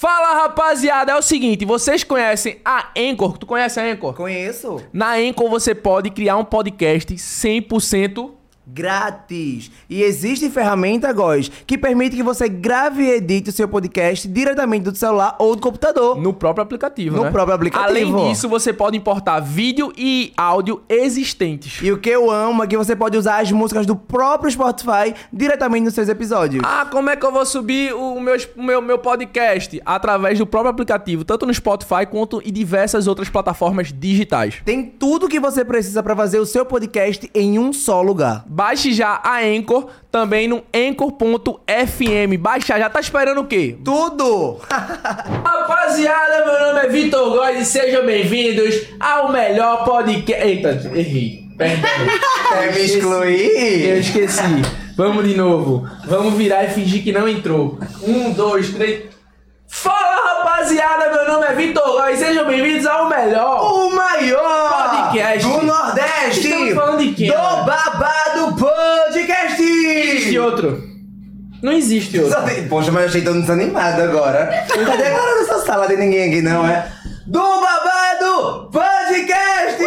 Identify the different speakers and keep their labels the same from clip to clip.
Speaker 1: Fala rapaziada, é o seguinte, vocês conhecem a Anchor? Tu conhece a Anchor?
Speaker 2: Conheço.
Speaker 1: Na Anchor você pode criar um podcast 100%
Speaker 2: Grátis. E existe ferramenta, Góis, que permite que você grave e edite o seu podcast diretamente do celular ou do computador.
Speaker 1: no próprio aplicativo,
Speaker 2: No
Speaker 1: né?
Speaker 2: próprio aplicativo.
Speaker 1: Além disso, você pode importar vídeo e áudio existentes.
Speaker 2: E o que eu amo é que você pode usar as músicas do próprio Spotify diretamente nos seus episódios.
Speaker 1: Ah, como é que eu vou subir o meu, o meu, meu podcast? Através do próprio aplicativo, tanto no Spotify quanto em diversas outras plataformas digitais.
Speaker 2: Tem tudo que você precisa pra fazer o seu podcast em um só lugar.
Speaker 1: Baixe já a Anchor, também no anchor.fm. Baixa já, tá esperando o quê?
Speaker 2: Tudo!
Speaker 1: Rapaziada, meu nome é Vitor Góes e sejam bem-vindos ao melhor podcast. Eita, errei. Perdão. É
Speaker 2: Quer É me
Speaker 1: Eu
Speaker 2: excluir?
Speaker 1: esqueci. Vamos de novo. Vamos virar e fingir que não entrou. Um, dois, três. Fala, rapaziada, meu nome é Vitor Góes e sejam bem-vindos ao melhor.
Speaker 2: O maior
Speaker 1: Podcast.
Speaker 2: do Nordeste!
Speaker 1: Estamos falando de quê,
Speaker 2: Do
Speaker 1: mano?
Speaker 2: babado podcast!
Speaker 1: Existe outro? Não existe outro.
Speaker 2: Só tem- Poxa, mas eu achei tão desanimado agora. Cadê agora nessa sala? Tem ninguém aqui, não, é? Do babado podcast!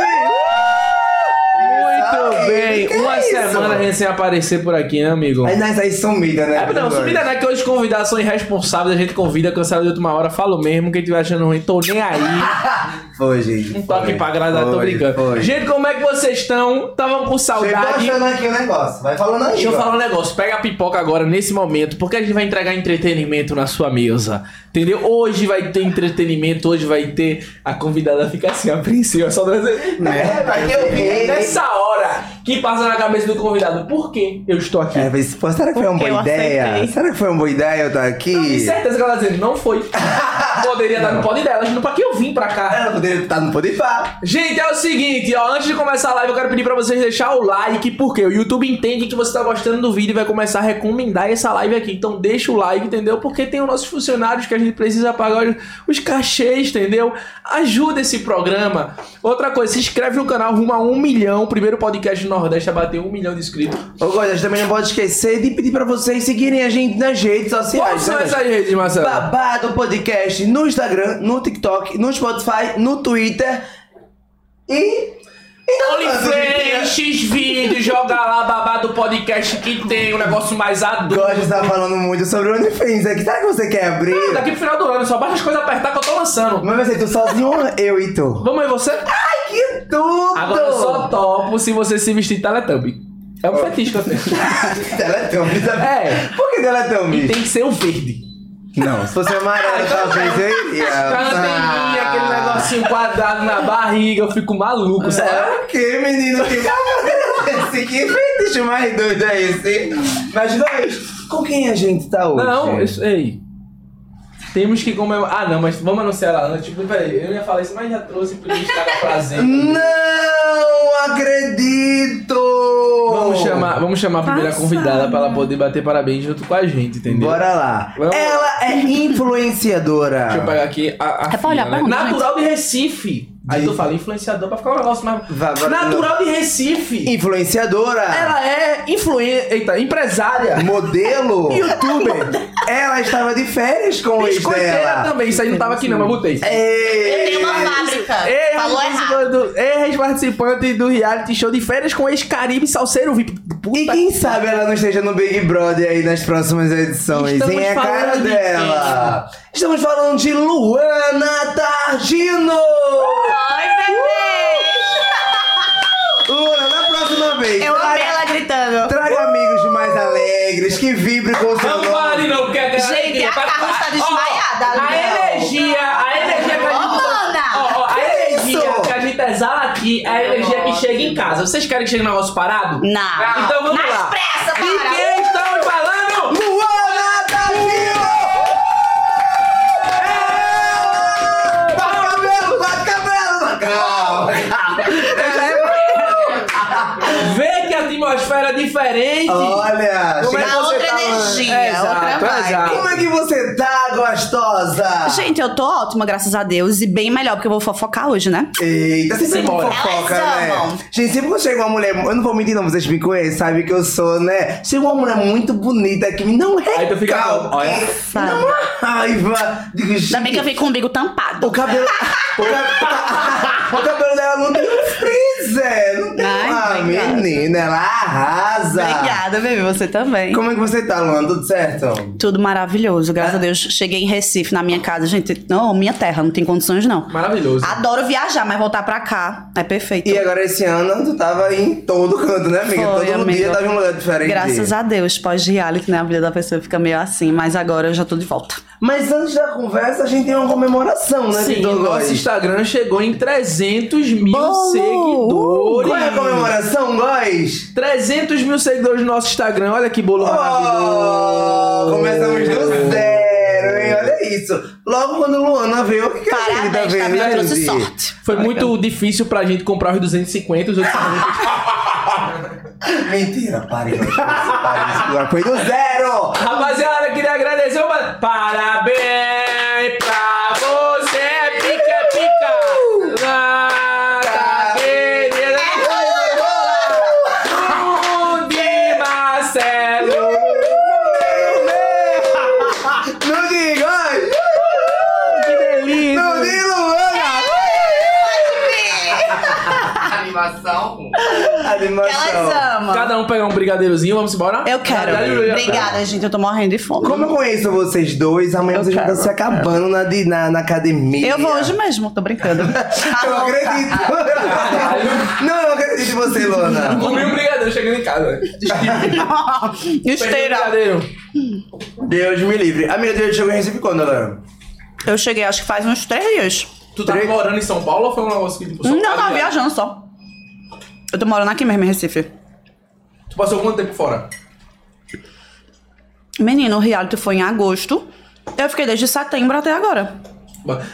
Speaker 1: Muito
Speaker 2: Ai,
Speaker 1: bem.
Speaker 2: que
Speaker 1: Uma
Speaker 2: é isso?
Speaker 1: semana sem aparecer por aqui, né, amigo?
Speaker 2: Aí nós aí sumida, né?
Speaker 1: É, não, sumida né? Que hoje os convidados são irresponsáveis, a gente convida, cancela de última hora, falo mesmo, quem estiver achando ruim, tô nem aí.
Speaker 2: Foi, gente.
Speaker 1: Não tô aqui
Speaker 2: foi,
Speaker 1: pra agradar, tô
Speaker 2: foi,
Speaker 1: brincando.
Speaker 2: Foi.
Speaker 1: Gente, como é que vocês estão? Estavam com
Speaker 2: Chegou
Speaker 1: saudade.
Speaker 2: achando aqui o negócio. Vai falando aí.
Speaker 1: Deixa eu
Speaker 2: ó.
Speaker 1: falar um negócio, pega a pipoca agora, nesse momento, porque a gente vai entregar entretenimento na sua mesa, entendeu? Hoje vai ter entretenimento, hoje vai ter... A convidada fica assim, apreensiva, só...
Speaker 2: Né?
Speaker 3: Vai ter o
Speaker 1: É
Speaker 3: vídeo.
Speaker 1: nessa hora que passa na cabeça do convidado, por que eu estou aqui?
Speaker 2: É, mas, pô, será que foi uma
Speaker 3: Porque
Speaker 2: boa
Speaker 3: eu
Speaker 2: ideia?
Speaker 3: aceitei.
Speaker 2: Será que foi uma boa ideia eu estar
Speaker 1: Tenho
Speaker 2: aqui?
Speaker 1: certeza que ela tá dizendo, não foi. Poderia dar no pod dela, mas não pra que eu vim pra cá?
Speaker 2: Ela Ah, poderia estar no Podifá.
Speaker 1: Gente, é o seguinte, ó, antes de começar a live, eu quero pedir pra vocês deixar o like, porque o YouTube entende que você tá gostando do vídeo e vai começar a recomendar essa live aqui. Então deixa o like, entendeu? Porque tem os nossos funcionários que a gente precisa pagar os, os cachês, entendeu? Ajuda esse programa. Outra coisa, se inscreve no canal rumo a um milhão. O primeiro podcast do Nordeste a bater um milhão de inscritos.
Speaker 2: Ô, Gordo, a gente também não pode esquecer de pedir pra vocês seguirem a gente nas redes
Speaker 1: Quais
Speaker 2: sociais.
Speaker 1: são
Speaker 2: né,
Speaker 1: essas
Speaker 2: gente?
Speaker 1: redes, Marcelo?
Speaker 2: Babado Podcast no Instagram, no TikTok, no Spotify, no Twitter e...
Speaker 1: OnlyFans, X-Vídeo, joga lá, babado podcast que tem, um negócio mais adulto.
Speaker 2: Gordo está tá falando muito sobre o OnlyFans aqui. Será que você quer abrir?
Speaker 1: Daqui pro final do ano, só baixa as coisas apertar que eu tô lançando.
Speaker 2: Mas vai ser tu sozinho ou eu e tu?
Speaker 1: Vamos aí, você?
Speaker 2: Ai, que tudo!
Speaker 1: Agora eu só topo se você se vestir de Teletubby. É um fetiche que eu tenho.
Speaker 2: Teletubbies.
Speaker 1: É.
Speaker 2: né? Por que Teletubbies?
Speaker 1: Tem que ser o verde.
Speaker 2: Não, se fosse amarelo, talvez eu iria.
Speaker 1: Ah, então Pra não ter aquele
Speaker 2: Ah.
Speaker 1: negocinho quadrado na barriga, eu fico maluco, sabe?
Speaker 2: É o que, menino? Que esse que fetiche mais doido é esse? Mas dois, com quem a gente tá hoje?
Speaker 1: Não, isso, ei. Temos que comemorar. Ah, não, mas vamos anunciar ela antes. Tipo, peraí, eu ia falar isso, mas já trouxe pro Instagram prazer.
Speaker 2: Não acredito!
Speaker 1: Vamos chamar, vamos chamar a primeira
Speaker 3: Passada.
Speaker 1: convidada pra ela poder bater parabéns junto com a gente, entendeu?
Speaker 2: Bora lá.
Speaker 1: Vamos.
Speaker 2: Ela é influenciadora.
Speaker 1: Deixa eu pegar aqui a. a
Speaker 3: É pra olhar
Speaker 1: fila,
Speaker 3: pra onde,
Speaker 1: Natural de Recife. Aí
Speaker 2: De-
Speaker 1: tu fala influenciador pra ficar um negócio mais.
Speaker 2: Vá, bora-
Speaker 1: Natural de Recife.
Speaker 2: Influenciadora.
Speaker 1: Ela é influente. Eita, empresária.
Speaker 2: Modelo. Youtuber. Ela estava de férias com o ex
Speaker 1: Biscoiteira
Speaker 2: dela.
Speaker 1: também. Isso aí não tava aqui, não, mas botei.
Speaker 2: Ei,
Speaker 3: Eu tenho uma fábrica.
Speaker 1: Ei,
Speaker 3: Falou errado.
Speaker 1: participante do- ei, ex-participante do reality show de férias com ex-caribe Salseiro VIP. Puta
Speaker 2: E quem sabe ela não esteja no Big Brother aí nas próximas edições,
Speaker 1: Estamos
Speaker 2: hein? É a cara
Speaker 1: falando de
Speaker 2: dela. Estamos falando de Luana Targino!
Speaker 1: Ah!
Speaker 3: Oi,
Speaker 1: Uh!
Speaker 3: bebês!
Speaker 2: Luana, na próxima vez,
Speaker 3: Eu amei ela gritando.
Speaker 2: traga amigos mais alegres, que vibre com o seu
Speaker 1: Uh! Não pare,
Speaker 2: nome.
Speaker 1: não, porque a galera
Speaker 3: Gente,
Speaker 1: aqui
Speaker 3: a
Speaker 1: tá-
Speaker 3: Carla está desmaiada,
Speaker 1: Ó, A
Speaker 3: Léo.
Speaker 1: energia, a energia que a gente. tá-
Speaker 3: Ô, mana!
Speaker 1: Ó, ó, a
Speaker 2: Que
Speaker 1: energia
Speaker 2: isso?
Speaker 1: que a gente exala aqui é a energia que chega em casa. Vocês querem que chegue um negócio parado?
Speaker 3: Não.
Speaker 1: Então vamos
Speaker 3: Mais
Speaker 1: lá.
Speaker 3: pressa,
Speaker 1: E
Speaker 3: cara.
Speaker 1: quem estamos falando?
Speaker 2: Luana Targino! Bate É cabelo, bate cabelo! Calma, calma.
Speaker 1: Vê que a atmosfera é diferente.
Speaker 2: Olha,
Speaker 1: Como é
Speaker 2: chega-
Speaker 1: que
Speaker 3: Dá
Speaker 1: você
Speaker 3: outra
Speaker 1: tá lá?
Speaker 3: energia, outra
Speaker 1: Exato,
Speaker 3: vibe.
Speaker 1: exato.
Speaker 2: como é que você tá, gostosa?
Speaker 4: Gente, eu tô ótima, graças a Deus, e bem melhor, porque eu vou fofocar hoje, né?
Speaker 2: Eita, sempre tem
Speaker 1: Simbora.
Speaker 2: fofoca,
Speaker 3: Elas
Speaker 2: né?
Speaker 3: amam.
Speaker 2: Gente, sempre que chega uma mulher. Eu não vou mentir, não, vocês me conhecem, sabem que eu sou, né? Chega uma mulher muito bonita que me dá um
Speaker 1: Aí tu fica,
Speaker 2: recalque.
Speaker 1: olha.
Speaker 2: Me dá uma raiva. Digo,
Speaker 4: Ainda bem que
Speaker 2: gente,
Speaker 4: eu fico com o umbigo tampado.
Speaker 2: O cabelo. o, cabelo o cabelo dela não tem um freezer. Não tem
Speaker 4: Ai,
Speaker 2: Ah,
Speaker 4: obrigada.
Speaker 2: menina, ela arrasa.
Speaker 4: Obrigada, bebê, você também.
Speaker 2: ah. Como é que você tá, Luan? Tudo certo?
Speaker 4: Tudo maravilhoso, graças a Deus. Cheguei em Recife, na minha casa. Gente, não, minha terra, não tem condições, não.
Speaker 1: Maravilhoso.
Speaker 4: Adoro viajar, mas voltar pra cá é perfeito.
Speaker 2: E agora esse ano tu tava em todo canto, né, amiga?
Speaker 4: Foi,
Speaker 2: todo
Speaker 4: amiga.
Speaker 2: dia tava em um lugar diferente.
Speaker 4: Graças a Deus, pós-reality, né? A vida da pessoa fica meio assim, mas agora eu já tô de volta.
Speaker 2: Mas antes da conversa, a gente tem uma comemoração, né,
Speaker 1: Sim,
Speaker 2: Vitor
Speaker 1: nosso
Speaker 2: Góes?
Speaker 1: Instagram chegou em 300 mil
Speaker 4: Bolo!
Speaker 1: seguidores.
Speaker 2: Qual é a comemoração, Góes?
Speaker 1: 300 mil seguidores no nosso Instagram. Olha que bolo
Speaker 2: Oh,
Speaker 1: maravilhoso.
Speaker 2: começamos do zero, hein? Olha isso. Logo quando Luana veio, o que que a gente tá
Speaker 4: Parabéns, tá
Speaker 2: vendo?
Speaker 4: vendo? Eu trouxe
Speaker 2: gente?
Speaker 4: sorte.
Speaker 1: Foi muito difícil pra gente comprar os 250, os outros
Speaker 2: Mentira, pare. Góes, pare isso. Agora foi do zero.
Speaker 1: Rapaziada, queria agradecer. o pa- Parabéns pra você, pica, pica. tá Na cadeira do de Marcelo.
Speaker 2: Não diga, Góes.
Speaker 1: Que delícia.
Speaker 2: Não diga, Luana.
Speaker 5: Animação.
Speaker 2: Animação.
Speaker 3: Elas amam.
Speaker 1: Cada um pegar um brigadeirozinho, vamos embora?
Speaker 4: Eu quero. Obrigada, gente. Eu tô morrendo de fome.
Speaker 2: Como eu conheço vocês dois, amanhã
Speaker 4: Eu
Speaker 2: vocês vão
Speaker 4: quero,
Speaker 2: estar se
Speaker 4: eu quero.
Speaker 2: acabando na, di- na, na academia.
Speaker 4: Eu vou hoje mesmo, tô brincando. Tá
Speaker 2: Eu
Speaker 4: louca.
Speaker 2: acredito. Não, eu acredito em você, Luana.
Speaker 1: Comi um brigadeiro chegando em casa. Peguei um
Speaker 4: Esteira.
Speaker 1: brigadeiro.
Speaker 2: Deus me livre. Amiga, Deus chegou em Recife é quando, agora?
Speaker 4: Eu cheguei, acho que faz uns três dias.
Speaker 1: Tu tá
Speaker 2: Três-
Speaker 1: morando em São Paulo ou foi um negócio que tipo, só
Speaker 4: Não, tava
Speaker 1: casa?
Speaker 4: viajando só. Eu tô morando aqui mesmo em Recife.
Speaker 1: Tu passou quanto tempo fora?
Speaker 4: Menino, o reality foi em agosto. Eu fiquei desde setembro até agora.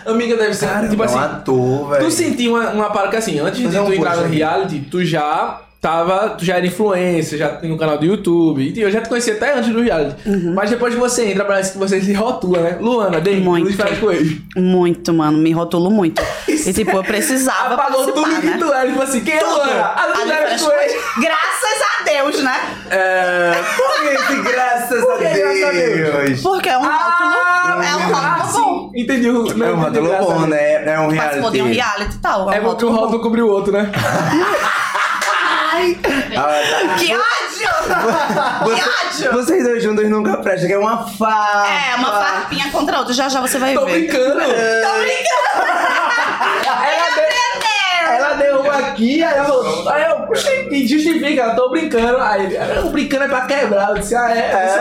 Speaker 1: Amiga, deve ser. tipo
Speaker 2: é um
Speaker 1: assim,
Speaker 2: ator, velho.
Speaker 1: Tu sentiu uma, uma parada que assim, antes de
Speaker 2: Fazer um
Speaker 1: tu entrar
Speaker 2: post
Speaker 1: no
Speaker 2: aqui.
Speaker 1: reality, tu já tava. Tu já era influencer, já tem um canal do YouTube. E tipo, eu já te conhecia até antes do reality.
Speaker 4: Uhum.
Speaker 1: Mas depois que você entra, parece que você se rotula, né? Luana, dei
Speaker 4: Muito.
Speaker 1: Luiz Fernando Coelho.
Speaker 4: Muito, mano. Me rotulo muito. E tipo, eu precisava
Speaker 1: Apagou tudo
Speaker 4: participar,
Speaker 1: que
Speaker 4: né?
Speaker 1: tu era, tipo assim, quem é Luana? A
Speaker 4: A
Speaker 1: Luana
Speaker 4: diferença
Speaker 1: Coelho.
Speaker 4: foi- Graças a Deus, né?
Speaker 2: É, por esse graças a
Speaker 1: que graças a
Speaker 2: Deus.
Speaker 4: Porque é um rótulo. É um
Speaker 1: Ah,
Speaker 4: rótulo bom.
Speaker 1: sim. Entendi o.
Speaker 2: É
Speaker 1: não,
Speaker 2: um
Speaker 1: entendi
Speaker 2: rótulo
Speaker 1: graça,
Speaker 2: bom, né? É um
Speaker 4: Participou de um
Speaker 2: reality.
Speaker 4: reality e tal.
Speaker 1: É
Speaker 4: um
Speaker 1: porque um
Speaker 4: rótulo bom.
Speaker 1: rótulo cobriu o outro, né?
Speaker 2: Ah,
Speaker 4: Que ódio!
Speaker 2: tá. Você-
Speaker 4: Que ódio!
Speaker 2: Vocês dois juntos nunca prestam, que é uma farpa.
Speaker 4: É, uma farpinha contra a outra. Já já você vai
Speaker 1: Tô
Speaker 4: ver. É.
Speaker 1: brincando. É,
Speaker 4: Tô brincando!
Speaker 1: Ela deu- Ela derruba aqui, aí eu, aí eu puxei, me justifica, eu tô brincando. Aí ele, "Ah, não, brincando é pra quebrar. Eu disse, ah, é, é, só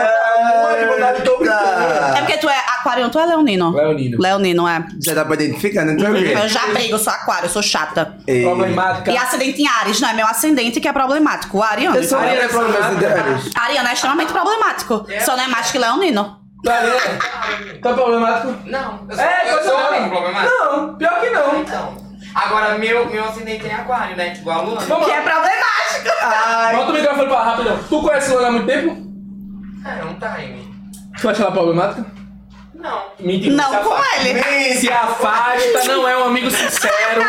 Speaker 1: tá uma de vontade, tô brincando.
Speaker 2: Eita.
Speaker 4: É porque tu é aquariano, tu é leonino?
Speaker 1: Leonino.
Speaker 4: Leonino, é.
Speaker 2: Já dá pra identificar, né? Tranquilo.
Speaker 4: Eu já brigo, eu sou aquário, eu sou chata.
Speaker 1: É.
Speaker 2: Ei.
Speaker 1: Problemática.
Speaker 4: E ascendente em Ares, não é meu ascendente que é problemático. O Ariano.
Speaker 2: Eu sou
Speaker 1: Ariana
Speaker 2: Ariana
Speaker 1: é
Speaker 2: Problemas
Speaker 1: problemática.
Speaker 2: Ideais.
Speaker 4: Ariano é extremamente problemático. Só não é mais que Leonino.
Speaker 1: Tá vendo? Tá problemático?
Speaker 5: Não, eu sou,
Speaker 1: É,
Speaker 5: eu
Speaker 1: coisa
Speaker 5: sou
Speaker 1: não.
Speaker 5: mesmo problemático.
Speaker 1: Não, pior que não.
Speaker 5: Então. Agora, meu, meu acidente é aquário, né? Igual a Luana.
Speaker 1: Vamos
Speaker 4: Que é
Speaker 1: lá.
Speaker 4: problemático.
Speaker 2: Ai,
Speaker 1: Bota o microfone pra lá, rapidão. Tu conhece ela há muito tempo?
Speaker 5: É, um time.
Speaker 1: Tu acha ela problemática?
Speaker 5: Não.
Speaker 1: Mentira. se
Speaker 4: Não
Speaker 1: afasta.
Speaker 4: com ele.
Speaker 2: gente.
Speaker 1: Se afasta, não é um amigo sincero.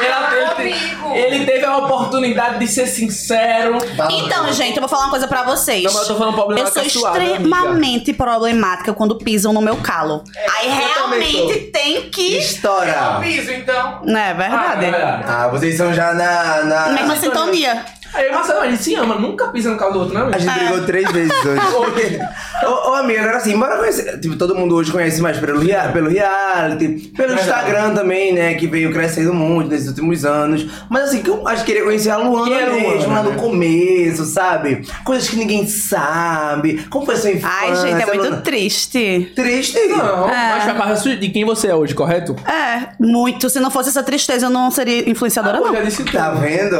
Speaker 1: Ela teve-
Speaker 5: Amigo.
Speaker 1: ele teve a oportunidade de ser sincero.
Speaker 4: Então, gente, eu vou falar uma coisa pra vocês.
Speaker 1: Não, mas eu tô falando problemática
Speaker 4: Eu sou
Speaker 1: sua, né, amiga?
Speaker 4: extremamente problemática quando pisam no meu calo. Aí
Speaker 1: É, eu também
Speaker 4: realmente tem que.
Speaker 2: Estoura.
Speaker 5: Piso, então.
Speaker 4: É verdade.
Speaker 1: Ah, é verdade. Ah, é
Speaker 2: Ah, vocês são já na. na-
Speaker 4: Mesma sintonia.
Speaker 1: Aí, Marcelo, a gente se ama, nunca pisa no carro do outro, né?
Speaker 2: A
Speaker 1: amigo?
Speaker 2: gente
Speaker 4: tá?
Speaker 2: brigou três vezes hoje. ô, ô, amiga, agora assim, bora conhecer. Tipo, todo mundo hoje conhece mais pelo, rea- pelo reality, pelo
Speaker 1: Verdade.
Speaker 2: Instagram também, né? Que veio crescendo muito nesses últimos anos. Mas assim, que eu acho que queria conhecer a Luana
Speaker 1: Quem é a Luana,
Speaker 2: mesmo, lá
Speaker 1: né?
Speaker 2: no começo, sabe? Coisas que ninguém sabe. Como foi sua infância?
Speaker 1: Ah,
Speaker 4: Ai, gente, é muito
Speaker 2: Luana?
Speaker 4: triste.
Speaker 2: triste.
Speaker 1: Não,
Speaker 4: É.
Speaker 1: mas faz parte da sua- de quem você é hoje, correto?
Speaker 4: É, muito. Se não fosse essa tristeza, eu não seria influenciadora,
Speaker 1: Eu
Speaker 4: não.
Speaker 1: já disse tudo.
Speaker 2: Tá vendo?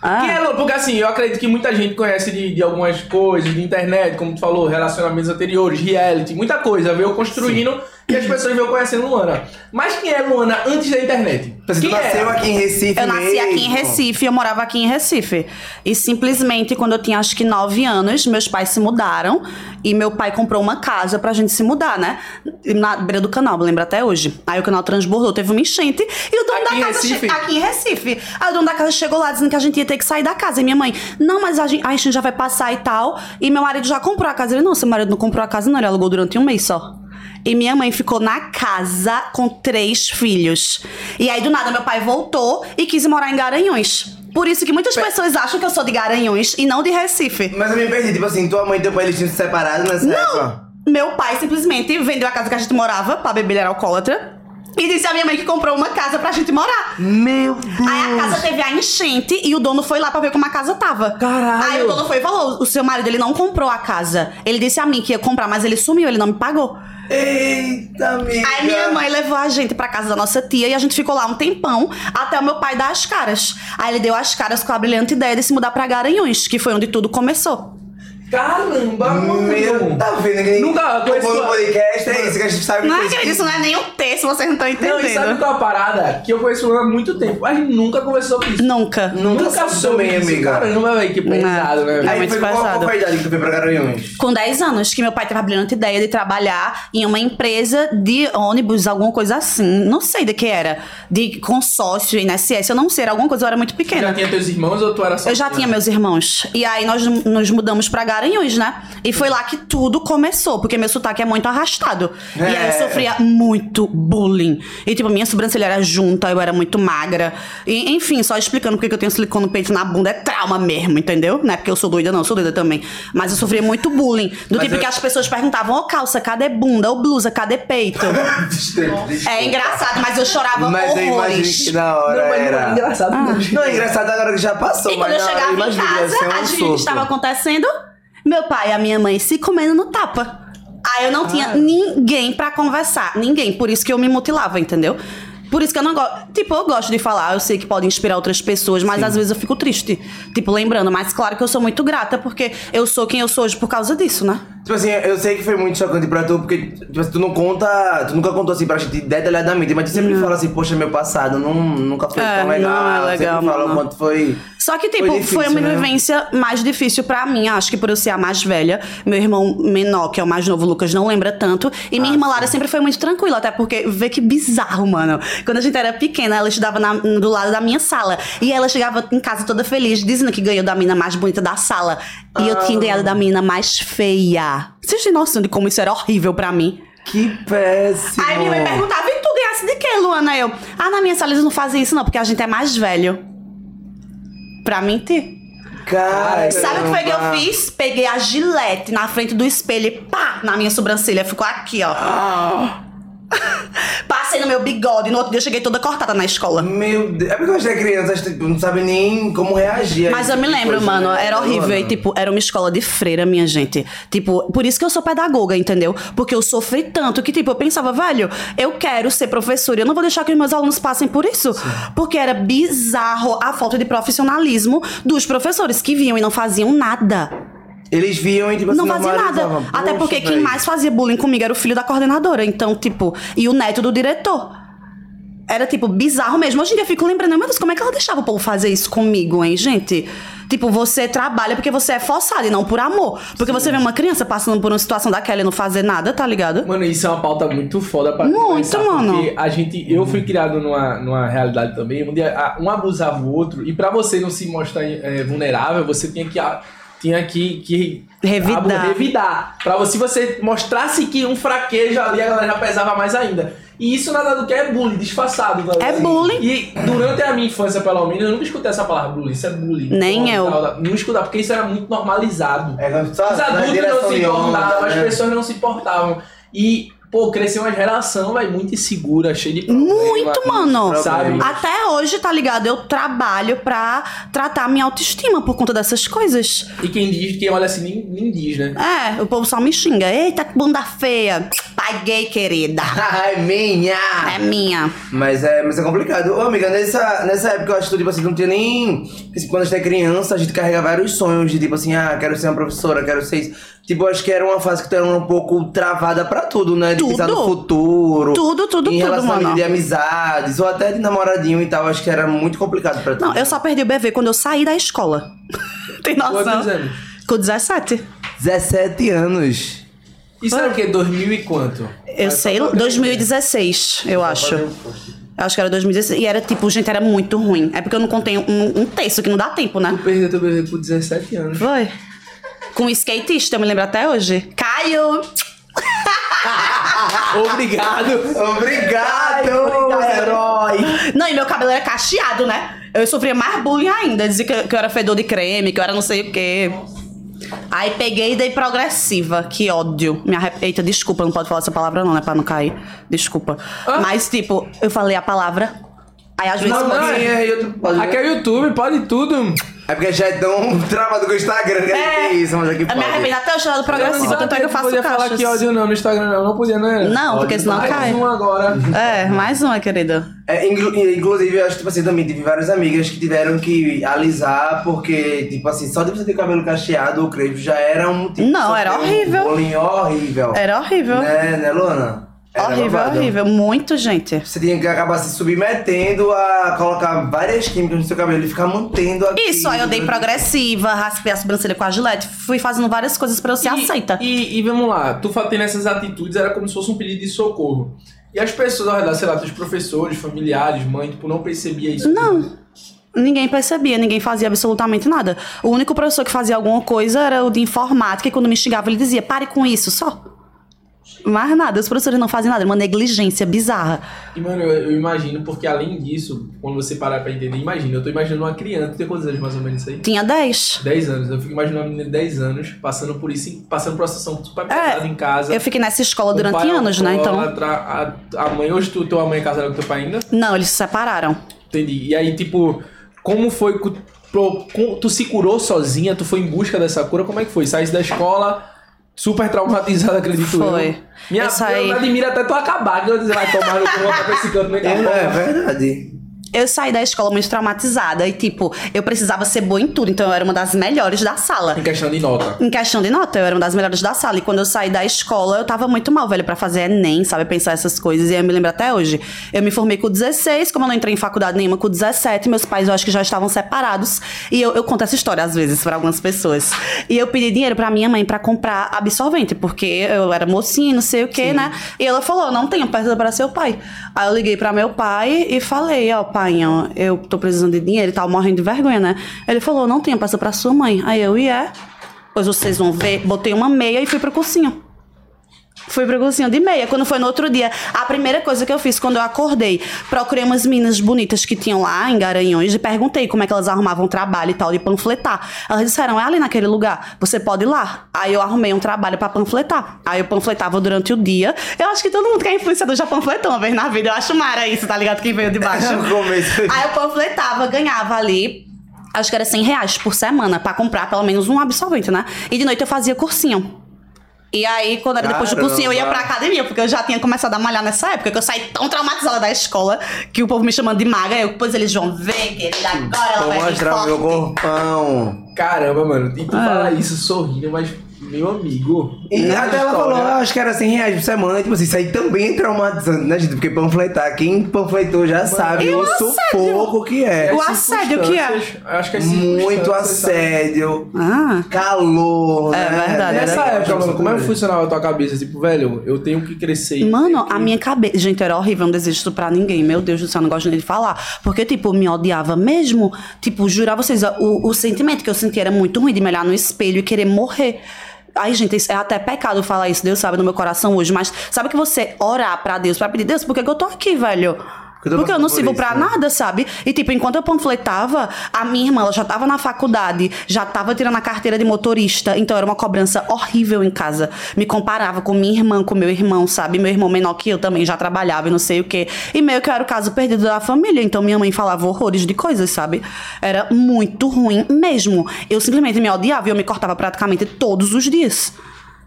Speaker 4: Ah.
Speaker 1: Quem é Lu? Porque assim, eu acredito que muita gente conhece de, de algumas coisas, de internet, como tu falou, relacionamentos anteriores, reality, muita coisa, veio construindo e as pessoas vão conhecendo Luana. Mas quem é Luana antes da internet?
Speaker 2: Você
Speaker 1: Quem
Speaker 2: Tá
Speaker 1: é?
Speaker 2: nasceu
Speaker 1: era?
Speaker 2: aqui em Recife
Speaker 4: é? Eu nasci aqui em
Speaker 2: mesmo?
Speaker 4: Recife, eu morava aqui em Recife. E simplesmente, quando eu tinha acho que nove anos, meus pais se mudaram e meu pai comprou uma casa pra gente se mudar, né? Na beira do canal, eu lembro até hoje. Aí o canal transbordou, teve uma enchente e o dono
Speaker 1: Aqui
Speaker 4: da
Speaker 1: em
Speaker 4: casa. che-
Speaker 1: Recife?
Speaker 4: Aqui em Recife. Aí o dono da casa chegou lá dizendo que a gente ia ter que sair da casa. E minha mãe, não, mas a, gente, a enchente já vai passar e tal. E meu marido já comprou a casa. Ele, não, seu marido não comprou a casa, não, ele alugou durante um mês só. E minha mãe ficou na casa com três filhos. E aí, do nada, meu pai voltou e quis morar em Garanhões. Por isso que muitas pessoas acham que eu sou de Garanhões e não de Recife.
Speaker 2: Mas eu me perdi, tipo assim, tua mãe e teu pai eles tinham se separado nessa época?
Speaker 4: Meu pai simplesmente vendeu a casa que a gente morava pra beber ele era alcoólatra. E disse à minha mãe que comprou uma casa pra gente morar.
Speaker 2: Meu Deus!
Speaker 4: Aí a casa teve a enchente e o dono foi lá pra ver como a casa tava.
Speaker 1: Caralho.
Speaker 4: Aí o dono foi e falou: o seu marido ele não comprou a casa. Ele disse a mim que ia comprar, mas ele sumiu, ele não me pagou.
Speaker 2: Eita, amiga!
Speaker 4: Aí minha mãe levou a gente pra casa da nossa tia e a gente ficou lá um tempão até o meu pai dar as caras. Aí ele deu as caras com a brilhante ideia de se mudar pra Garanhuns, que foi onde tudo começou.
Speaker 1: Caramba,
Speaker 2: Meu,
Speaker 1: mano.
Speaker 2: tá vendo que
Speaker 1: Nunca
Speaker 2: Tô falando
Speaker 1: conheço-
Speaker 2: no podcast, é isso que a gente sabe.
Speaker 4: Não
Speaker 2: que
Speaker 4: é que isso não é nem um terço, vocês não estão
Speaker 1: Não, e sabe
Speaker 4: entendendo.
Speaker 1: qual é a parada? Que eu conheço o Luana há muito tempo, mas nunca conversou sobre isso.
Speaker 4: Nunca.
Speaker 2: Nunca soube também,
Speaker 1: disso.
Speaker 2: amiga.
Speaker 1: Caramba, velho, que pesado, né?
Speaker 4: É
Speaker 1: velho?
Speaker 2: Aí
Speaker 4: muito
Speaker 2: foi, qual, qual
Speaker 4: pesado.
Speaker 2: foi a idade que tu veio pra Garanhuns?
Speaker 4: Com 10 anos, que meu pai teve a brilhante ideia de trabalhar em uma empresa de ônibus, alguma coisa assim. Não sei de que era. De consórcio, INSS, eu não sei, era alguma coisa, eu era muito
Speaker 1: Tu Já
Speaker 4: pequena.
Speaker 1: tinha teus irmãos ou tu era só?
Speaker 4: Eu já tinha meus irmãos. E aí nós n- nos mudamos pra Garanhuns, né? E foi lá que tudo começou, porque meu sotaque é muito arrastado. E aí
Speaker 2: É.
Speaker 4: eu sofria muito bullying. E tipo, minha sobrancelha era junta, eu era muito magra. E, enfim, só explicando porque que eu tenho silicone no peito e na bunda é trauma mesmo, entendeu? Não é porque eu sou doida, não, eu sou doida também. Mas eu sofria muito bullying. Do tipo
Speaker 2: eu-
Speaker 4: que as pessoas perguntavam, ô calça, cadê bunda? Ô blusa, cadê peito? é engraçado, mas eu chorava
Speaker 2: Mas eu imagino
Speaker 4: horrores.
Speaker 2: que na hora
Speaker 1: Não, mas não é
Speaker 2: era.
Speaker 1: engraçado,
Speaker 4: né?
Speaker 1: não. gente.
Speaker 2: Não, é engraçado agora que já passou,
Speaker 4: E
Speaker 2: mas
Speaker 4: quando eu
Speaker 2: na hora
Speaker 4: chegava em
Speaker 2: imagino que deve ser
Speaker 4: casa,
Speaker 2: um
Speaker 4: adivinha o que
Speaker 2: sopro.
Speaker 4: estava acontecendo? Meu pai e a minha mãe se comendo no tapa. Aí eu não tinha ninguém pra conversar. Ninguém. Por isso que eu me mutilava, entendeu? Por isso que eu não gosto. Tipo, eu gosto de falar, eu sei que pode inspirar outras pessoas, mas às vezes eu fico triste. Tipo, lembrando. Mas claro que eu sou muito grata, porque eu sou quem eu sou hoje por causa disso, né?
Speaker 2: Tipo assim, eu sei que foi muito chocante pra tu, porque tipo, assim, tu não conta, tu nunca contou assim pra gente detalhadamente, mas tu sempre fala assim, poxa, meu passado não, nunca foi
Speaker 4: É,
Speaker 2: tão legal.
Speaker 4: não é legal,
Speaker 2: sempre fala o
Speaker 4: mano.
Speaker 2: quanto foi.
Speaker 4: Só que, tipo,
Speaker 2: Foi
Speaker 4: foi,
Speaker 2: difícil,
Speaker 4: uma
Speaker 2: né?
Speaker 4: vivência mais difícil pra mim. Acho que por eu ser a mais velha, meu irmão menor, que é o mais novo, o Lucas, não lembra tanto. E
Speaker 2: Ah,
Speaker 4: minha irmã Lara sempre foi muito tranquila, até porque vê que bizarro, mano. Quando a gente era pequena, ela estudava na- do lado da minha sala. E ela chegava em casa toda feliz, dizendo que ganhou da mina mais bonita da sala. E eu tinha ganhado
Speaker 2: Ah.
Speaker 4: da mina mais feia. Vocês têm noção de como isso era horrível pra mim?
Speaker 2: Que péssimo.
Speaker 4: Aí minha mãe perguntava, e tu ganhasse de quê, Luana? Eu, ah, na minha sala eles não fazem isso não, porque a gente é mais velho. Pra mentir.
Speaker 2: Cara,
Speaker 4: Sabe o que foi que eu fiz? Peguei a gilete na frente do espelho e pá, na minha sobrancelha. Ficou aqui, ó.
Speaker 2: Ah.
Speaker 4: Passei no meu bigode. No outro dia eu cheguei toda cortada na escola.
Speaker 2: Meu Deus. É porque quando a gente é criança, a gente tipo, não sabe nem como reagir. a esse
Speaker 4: Mas eu me
Speaker 2: tipo de
Speaker 4: lembro,
Speaker 2: coisa,
Speaker 4: mano,
Speaker 2: né?
Speaker 4: era horrível. E,
Speaker 2: Mano.
Speaker 4: tipo, era uma escola de freira, minha gente. Tipo, por isso que eu sou pedagoga, entendeu? Porque eu sofri tanto que, tipo, eu pensava, velho, eu quero ser professora. Eu não vou deixar que os meus alunos passem por isso. Porque era bizarro a falta de profissionalismo dos professores que vinham e não faziam nada.
Speaker 2: Eles viam e tipo
Speaker 4: Não
Speaker 2: assim,
Speaker 4: fazia nada.
Speaker 2: normalizavam.
Speaker 4: Até
Speaker 2: Poxa,
Speaker 4: porque quem
Speaker 2: véi.
Speaker 4: mais fazia bullying comigo era o filho da coordenadora. Então, tipo, e o neto do diretor. Era, tipo, bizarro mesmo. Hoje em dia eu fico lembrando, meu Deus, como é que ela deixava o povo fazer isso comigo, hein, gente? Tipo, você trabalha porque você é forçado e não por amor. Porque você vê uma criança passando por uma situação daquela e não fazer nada, tá ligado?
Speaker 1: Mano, isso é uma pauta muito foda pra
Speaker 4: Muito,
Speaker 1: conversar,
Speaker 4: mano.
Speaker 1: Porque a gente, eu fui criado numa, numa realidade também, onde a- um abusava o outro, e pra você não se mostrar eh, vulnerável, você tinha que. a- Tinha que, que
Speaker 4: Revidar.
Speaker 1: abu- revidar. Pra você, se você mostrasse que um fraquejo ali, a galera já pesava mais ainda. E isso nada do que é bullying, disfarçado. galera.
Speaker 4: É bullying.
Speaker 1: E durante a minha infância, pelo menos, eu nunca escutei essa palavra bullying. Isso é bullying.
Speaker 4: Nem
Speaker 1: Tal,
Speaker 4: eu.
Speaker 1: tal, tal. Não escutava, porque isso era muito normalizado.
Speaker 2: É, quando só,
Speaker 1: Os
Speaker 2: na
Speaker 1: adultos não
Speaker 2: direção
Speaker 1: se
Speaker 2: de onda,
Speaker 1: importavam, as
Speaker 2: né?
Speaker 1: pessoas não se importavam. E, pô, cresceu uma geração, vai muito insegura, cheia de problema.
Speaker 4: Muito, mano.
Speaker 1: Sabe?
Speaker 4: Até hoje, tá ligado? Eu trabalho pra tratar a minha autoestima por conta dessas coisas.
Speaker 1: E quem diz, quem olha assim, nem, nem diz, né?
Speaker 4: É, o povo só me xinga. Eita, que bunda feia. Paguei, querida.
Speaker 2: Ai, Ah, minha!
Speaker 4: É minha.
Speaker 2: Mas é, mas é complicado. Ô, amiga, nessa, nessa época eu acho que tipo assim, não tinha nem. porque, assim, Quando a gente é criança, a gente carrega vários sonhos de tipo assim, ah, quero ser uma professora, quero ser isso. Tipo, acho que era uma fase que tu era um pouco travada pra tudo, né? De pensar no
Speaker 4: Tudo.
Speaker 2: futuro.
Speaker 4: Tudo, tudo,
Speaker 2: em
Speaker 4: tudo,
Speaker 2: relação
Speaker 4: mano.
Speaker 2: de amizades, ou até de namoradinho e tal. Acho que era muito complicado pra tu.
Speaker 4: Não, eu só perdi o BV quando eu saí da escola. Tem noção?
Speaker 1: Quantos anos?
Speaker 4: Com 17.
Speaker 2: 17 anos.
Speaker 1: Isso era o quê? 2000 e quanto?
Speaker 4: Eu sei, 2016, eu acho. Acho que era 2016. E era tipo, gente, era muito ruim. É porque eu não contei um, um terço, que não dá tempo, né?
Speaker 1: Tu perdeu teu bebê com 17 anos.
Speaker 4: Foi. Com um skatista, eu me lembro até hoje. Caio!
Speaker 1: Obrigado!
Speaker 2: Obrigado, herói!
Speaker 4: Não, e meu cabelo era cacheado, né? Eu sofria mais bullying ainda. Dizia que, que eu era fedor de creme, que eu era não sei o quê. Aí peguei e dei progressiva. Que ódio. Me arre... Eita, desculpa, não pode falar essa palavra não, né? Pra não cair. Desculpa. Mas, tipo, eu falei a palavra. Aí às vezes...
Speaker 2: Não, não, é, eu- pode-
Speaker 1: Aqui é o YouTube, pode tudo.
Speaker 2: É porque já é tão travado com o Instagram que é. tem isso, mas aqui
Speaker 4: Eu me arrependo até hoje do progressivo, tanto é que eu faço
Speaker 1: podia falar
Speaker 4: caixas.
Speaker 1: que ódio não no Instagram, não. Não podia, né?
Speaker 4: Não, porque
Speaker 1: Ódio.
Speaker 4: senão
Speaker 1: Mais
Speaker 4: cai.
Speaker 1: um agora.
Speaker 4: É, mais uma, querida.
Speaker 2: É, inclu- inclusive, eu acho que, tipo assim, também tive várias amigas que tiveram que alisar, porque, tipo assim, só de você ter o cabelo cacheado ou creio já era um tipo.
Speaker 4: Não,
Speaker 2: só
Speaker 4: era
Speaker 2: ter um
Speaker 4: horrível.
Speaker 2: bullying horrível.
Speaker 4: Era horrível.
Speaker 2: Né, né, Luana? Era
Speaker 4: horrível,
Speaker 2: babado.
Speaker 4: horrível. Muito, gente.
Speaker 2: Você tinha que acabar se submetendo a colocar várias químicas no seu cabelo e ficar mantendo aquilo.
Speaker 4: Isso, aí eu dei progressiva, raspei a sobrancelha com a gilete, fui fazendo várias coisas pra eu ser
Speaker 1: E-
Speaker 4: aceita.
Speaker 1: E, e vamos lá, tu fa- tendo essas atitudes era como se fosse um pedido de socorro. E as pessoas ao redor, sei lá, teus professores, familiares, mãe, tipo, não percebia isso. Não.
Speaker 4: Ninguém percebia, ninguém fazia absolutamente nada. O único professor que fazia alguma coisa era o de informática, e quando me xingava, ele dizia: pare com isso, só. Mais nada, os professores não fazem nada, é uma negligência bizarra.
Speaker 1: E, mano, eu, eu imagino, porque além disso, quando você parar pra entender, imagina, eu tô imaginando uma criança, tem quantos anos mais ou menos isso aí?
Speaker 4: Tinha 10.
Speaker 1: 10 anos, eu fico imaginando uma menina de 10 anos passando por isso, em- passando por uma situação super pesada em casa.
Speaker 4: É, Eu fiquei nessa escola
Speaker 1: O Um pai
Speaker 4: durante anos, né? Então.
Speaker 1: alcoólatra, A, a mãe, hoje tu, tua mãe é casada com teu pai ainda?
Speaker 4: Não, eles se separaram.
Speaker 1: Entendi. E aí, tipo, como foi. que Tu, com- tu se curou sozinha? Tu foi em busca dessa cura? Como é que foi? Saísse da escola, super traumatizada, acredito eu.
Speaker 4: Foi.
Speaker 1: Minha
Speaker 4: Eu saí-
Speaker 1: eu admira até tu acabar, que eu ia dizer, vai tomar no cu, voltar pra esse canto, né,
Speaker 2: É,
Speaker 1: cara?
Speaker 2: é verdade.
Speaker 4: Eu saí da escola muito traumatizada e, tipo, eu precisava ser boa em tudo, então eu era uma das melhores da sala.
Speaker 1: Em questão de nota.
Speaker 4: Em questão de nota, eu era uma das melhores da sala. E quando eu saí da escola, eu tava muito mal, velho, pra fazer Enem, sabe? Pensar essas coisas. E eu me lembro até hoje. Eu me formei com 16, como eu não entrei em faculdade nenhuma com 17, meus pais eu acho que já estavam separados. E eu, eu conto essa história às vezes pra algumas pessoas. E eu pedi dinheiro pra minha mãe pra comprar absorvente, porque eu era mocinha, não sei o quê, né? E ela falou: não tenho, peça pra seu pai. Aí eu liguei pra meu pai e falei: ó, pai, ó, eu tô precisando de dinheiro e tal, morrendo de vergonha, né? Ele falou: não tenho, peça pra sua mãe. Aí eu, e é? Pois vocês vão ver, botei uma meia e fui pro cursinho. Fui pro cursinho de meia. Quando foi no outro dia, a primeira coisa que eu fiz quando eu acordei, procurei umas meninas bonitas que tinham lá em Garanhões e perguntei como é que elas arrumavam trabalho e tal de panfletar. Elas disseram: é ali naquele lugar, você pode ir lá. Aí eu arrumei um trabalho pra panfletar. Aí eu panfletava durante o dia. Eu acho que todo mundo que é influenciador já panfletou uma vez na vida. Eu acho mara isso, tá ligado? Quem veio de baixo.
Speaker 2: No começo.
Speaker 4: Aí eu panfletava, ganhava ali. Acho que era 100 reais por semana pra comprar pelo menos um absorvente, né? E de noite eu fazia cursinho. E aí, quando era depois do
Speaker 2: Caramba.
Speaker 4: cursinho, eu ia pra academia, porque eu já tinha começado a malhar nessa época, que eu saí tão traumatizada da escola que o povo me chamando de maga. Eu, pois eles vão ver, querida, agora ela
Speaker 2: Vou
Speaker 4: vai vir
Speaker 2: mostrar o
Speaker 4: forte.
Speaker 2: meu corpão.
Speaker 1: Caramba, mano. E tu
Speaker 4: É.
Speaker 1: fala isso sorrindo, mas, meu amigo. é
Speaker 2: E
Speaker 1: na
Speaker 2: até ela
Speaker 1: história-
Speaker 2: falou, "Ah, acho que era 100 reais por semana. E, Tipo assim, isso aí também é traumatizante, né, gente? Porque panfletar, quem panfletou já sabe é o sufoco que é.
Speaker 4: O assédio que é.
Speaker 1: Circunstâncias, Acho que é
Speaker 2: Muito
Speaker 1: circunstâncias, sabe?
Speaker 2: assédio,
Speaker 4: Ah,
Speaker 2: calor,
Speaker 4: É
Speaker 2: né?
Speaker 4: verdade, é
Speaker 1: Nessa
Speaker 4: verdade.
Speaker 1: época, mano, como é que funcionava a tua cabeça? Tipo, velho, eu tenho que crescer.
Speaker 4: Mano, a minha cabeça. Gente, era horrível, não desejo isso pra ninguém. Meu Deus do céu, não gosto nem de falar. Porque, tipo, me odiava mesmo. Tipo, jurar vocês, ó, o, o sentimento que eu senti era muito ruim de me olhar no espelho e querer morrer. Ai, gente, isso é até pecado falar isso, Deus sabe, no meu coração hoje. Mas sabe que você orar pra Deus, pra pedir, Deus, por que, que eu tô aqui, velho?
Speaker 2: eu tô
Speaker 4: Porque eu não
Speaker 2: passando por
Speaker 4: sirvo
Speaker 2: isso,
Speaker 4: pra
Speaker 2: né?
Speaker 4: nada nada, sabe? E tipo, enquanto eu panfletava, a minha irmã, ela já tava na faculdade, já tava tirando a carteira de motorista, então era uma cobrança horrível em casa. Me comparava com minha irmã, com meu irmão, sabe? Meu irmão menor que eu também já trabalhava e não sei o quê. E meio que eu era o caso perdido da família, então minha mãe falava horrores de coisas, sabe? Era muito ruim mesmo. Eu simplesmente me odiava e eu me cortava praticamente todos os dias.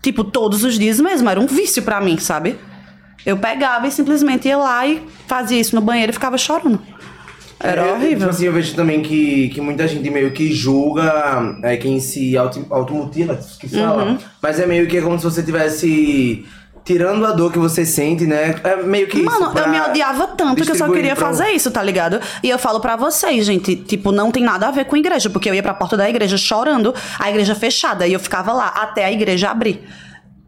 Speaker 4: Tipo, todos os dias mesmo, era um vício pra mim, sabe? Eu pegava e simplesmente ia lá e fazia isso no banheiro e ficava chorando. Era
Speaker 2: É,
Speaker 4: horrível.
Speaker 2: Tipo assim, eu vejo também que, que muita gente meio que julga é, quem se auto, automutila, que fala.
Speaker 4: Uhum.
Speaker 2: Mas é meio que como se você tivesse tirando a dor que você sente, né? É meio que isso.
Speaker 4: Mano,
Speaker 2: pra
Speaker 4: eu me odiava tanto que eu só
Speaker 2: distribuir
Speaker 4: queria
Speaker 2: pra-
Speaker 4: fazer isso, tá ligado? E eu falo pra vocês, gente, tipo, não tem nada a ver com igreja, porque eu ia pra porta da igreja chorando, a igreja fechada, e eu ficava lá até a igreja abrir.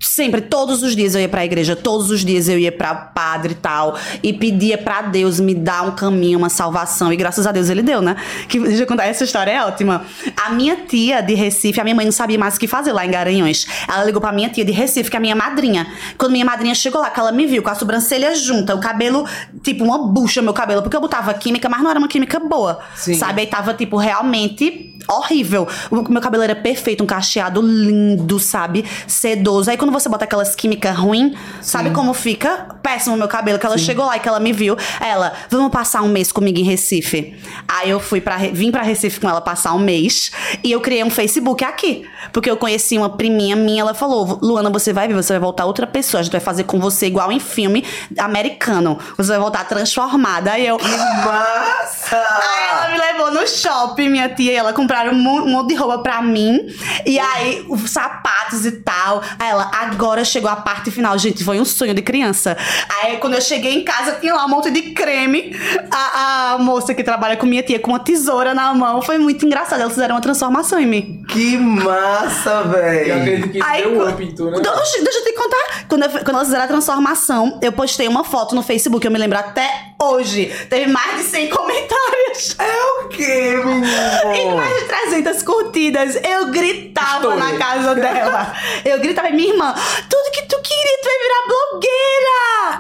Speaker 4: Sempre, todos os dias eu ia pra igreja, todos os dias eu ia pra padre e tal, e pedia pra Deus me dar um caminho, uma salvação, e graças a Deus ele deu, né? Que, deixa eu contar, essa história é ótima. A minha tia de Recife, a minha mãe não sabia mais o que fazer lá em Garanhões. Ela ligou pra minha tia de Recife, que é a minha madrinha. Quando minha madrinha chegou lá, que ela me viu com a sobrancelha junta, o cabelo, tipo, uma bucha meu cabelo, porque eu botava química, mas não era uma química boa.
Speaker 2: Sim.
Speaker 4: Sabe? Aí tava, tipo, realmente horrível. O meu cabelo era perfeito, um cacheado lindo, sabe? Sedoso. Aí quando você bota aquelas químicas ruim, sabe como fica? Péssimo meu cabelo. Que ela chegou lá e que ela me viu. Ela, vamos passar um mês comigo em Recife. Aí eu fui para vim pra Recife com ela passar um mês. E eu criei um Facebook aqui. Porque eu conheci uma priminha minha. Ela falou: Luana, você vai ver, você vai voltar outra pessoa. A gente vai fazer com você igual em filme americano. Você vai voltar transformada. Aí eu.
Speaker 2: Massa!
Speaker 4: Aí ela me levou no shopping, minha tia e ela compraram um mon- um monte de roupa pra mim. E aí, os sapatos e tal. Aí ela, agora chegou a parte final. Gente, foi um sonho de criança. Aí, quando eu cheguei em casa, tinha lá um monte de creme. A, a moça que trabalha com minha tia, com uma tesoura na mão. Foi muito engraçado. Elas fizeram uma transformação em mim.
Speaker 2: Que massa,
Speaker 1: Eu
Speaker 2: velho!
Speaker 1: acredito que
Speaker 4: Aí,
Speaker 1: deu
Speaker 4: co-
Speaker 1: up em tu, né?
Speaker 4: Então, oxe, Deixa eu te contar. Quando, eu- quando elas fizeram a transformação, eu postei uma foto no Facebook. Eu me lembro até hoje. Teve mais de 100 comentários.
Speaker 2: É O que,
Speaker 4: E com
Speaker 2: menino?
Speaker 4: mais de 300 curtidas, eu gritava
Speaker 1: Estourei.
Speaker 4: na casa dela. Eu gritava, minha irmã, tudo que tu queria, tu vai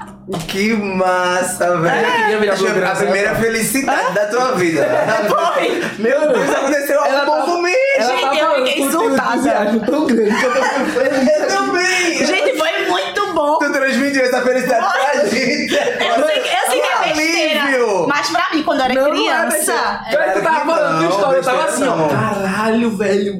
Speaker 4: virar blogueira!
Speaker 2: Que massa, velho!
Speaker 1: Ela queria virar
Speaker 2: Acho que
Speaker 1: blogueira,
Speaker 2: A primeira
Speaker 1: sabe?
Speaker 2: felicidade da tua vida.
Speaker 4: Foi.
Speaker 2: Meu Deus, aconteceu
Speaker 1: Ela
Speaker 2: algo bom
Speaker 1: tá-
Speaker 2: comigo!
Speaker 1: Ela
Speaker 4: Gente,
Speaker 1: tá
Speaker 4: eu
Speaker 1: falando
Speaker 4: fiquei
Speaker 1: contigo de
Speaker 4: surtada.
Speaker 1: entusiasmo tão grande que eu tô ficando feliz.
Speaker 2: Eu também!
Speaker 4: Gente, foi muito bom.
Speaker 2: Tu transmitiu essa felicidade pra gente!
Speaker 4: Eu sei, eu sei que é
Speaker 2: Um
Speaker 4: besteira,
Speaker 2: alívio.
Speaker 4: mas pra mim, quando eu era
Speaker 1: Não, não é
Speaker 4: criança...
Speaker 1: besteira. Cara, tu
Speaker 2: Claro
Speaker 1: tava
Speaker 2: que
Speaker 1: falando tua
Speaker 2: não,
Speaker 1: história, eu tava assim,
Speaker 2: besteira
Speaker 1: ó.
Speaker 2: não.
Speaker 1: Caralho, velho.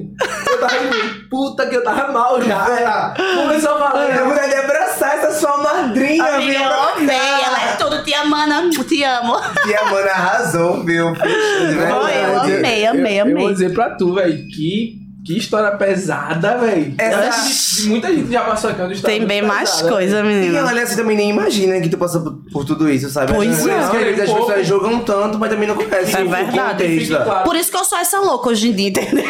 Speaker 1: Eu tava tipo, puta que eu tava mal já. Começou a
Speaker 2: Eu
Speaker 1: falar. né?
Speaker 2: vou de abraçar essa sua madrinha,
Speaker 4: Amiga,
Speaker 2: viu?
Speaker 4: eu amei, ela é todo te amando, te amo.
Speaker 2: E a mana arrasou, viu? Fechou de
Speaker 4: Foi, eu
Speaker 2: verdade.
Speaker 4: amei, amei,
Speaker 1: É Eu vou
Speaker 4: amei.
Speaker 1: dizer pra tu, velho, que, que história pesada, velho.
Speaker 2: Essa-
Speaker 1: Antes de- Muita gente já passou aqui é uma história
Speaker 4: É. Tem bem
Speaker 1: muito
Speaker 4: mais
Speaker 1: pesada,
Speaker 4: coisa,
Speaker 2: E
Speaker 4: menina.
Speaker 2: olha, você também nem imagina que tu passa por, por tudo isso, sabe?
Speaker 4: Pois
Speaker 2: Por
Speaker 4: é.
Speaker 2: isso que às vezes as
Speaker 1: Pouco.
Speaker 2: pessoas jogam tanto, mas também não
Speaker 1: velho.
Speaker 2: conhecem
Speaker 4: É
Speaker 2: o
Speaker 4: verdade,
Speaker 1: Fique
Speaker 2: contexto.
Speaker 1: claro.
Speaker 4: Por isso que eu sou essa louca hoje em dia, entendeu?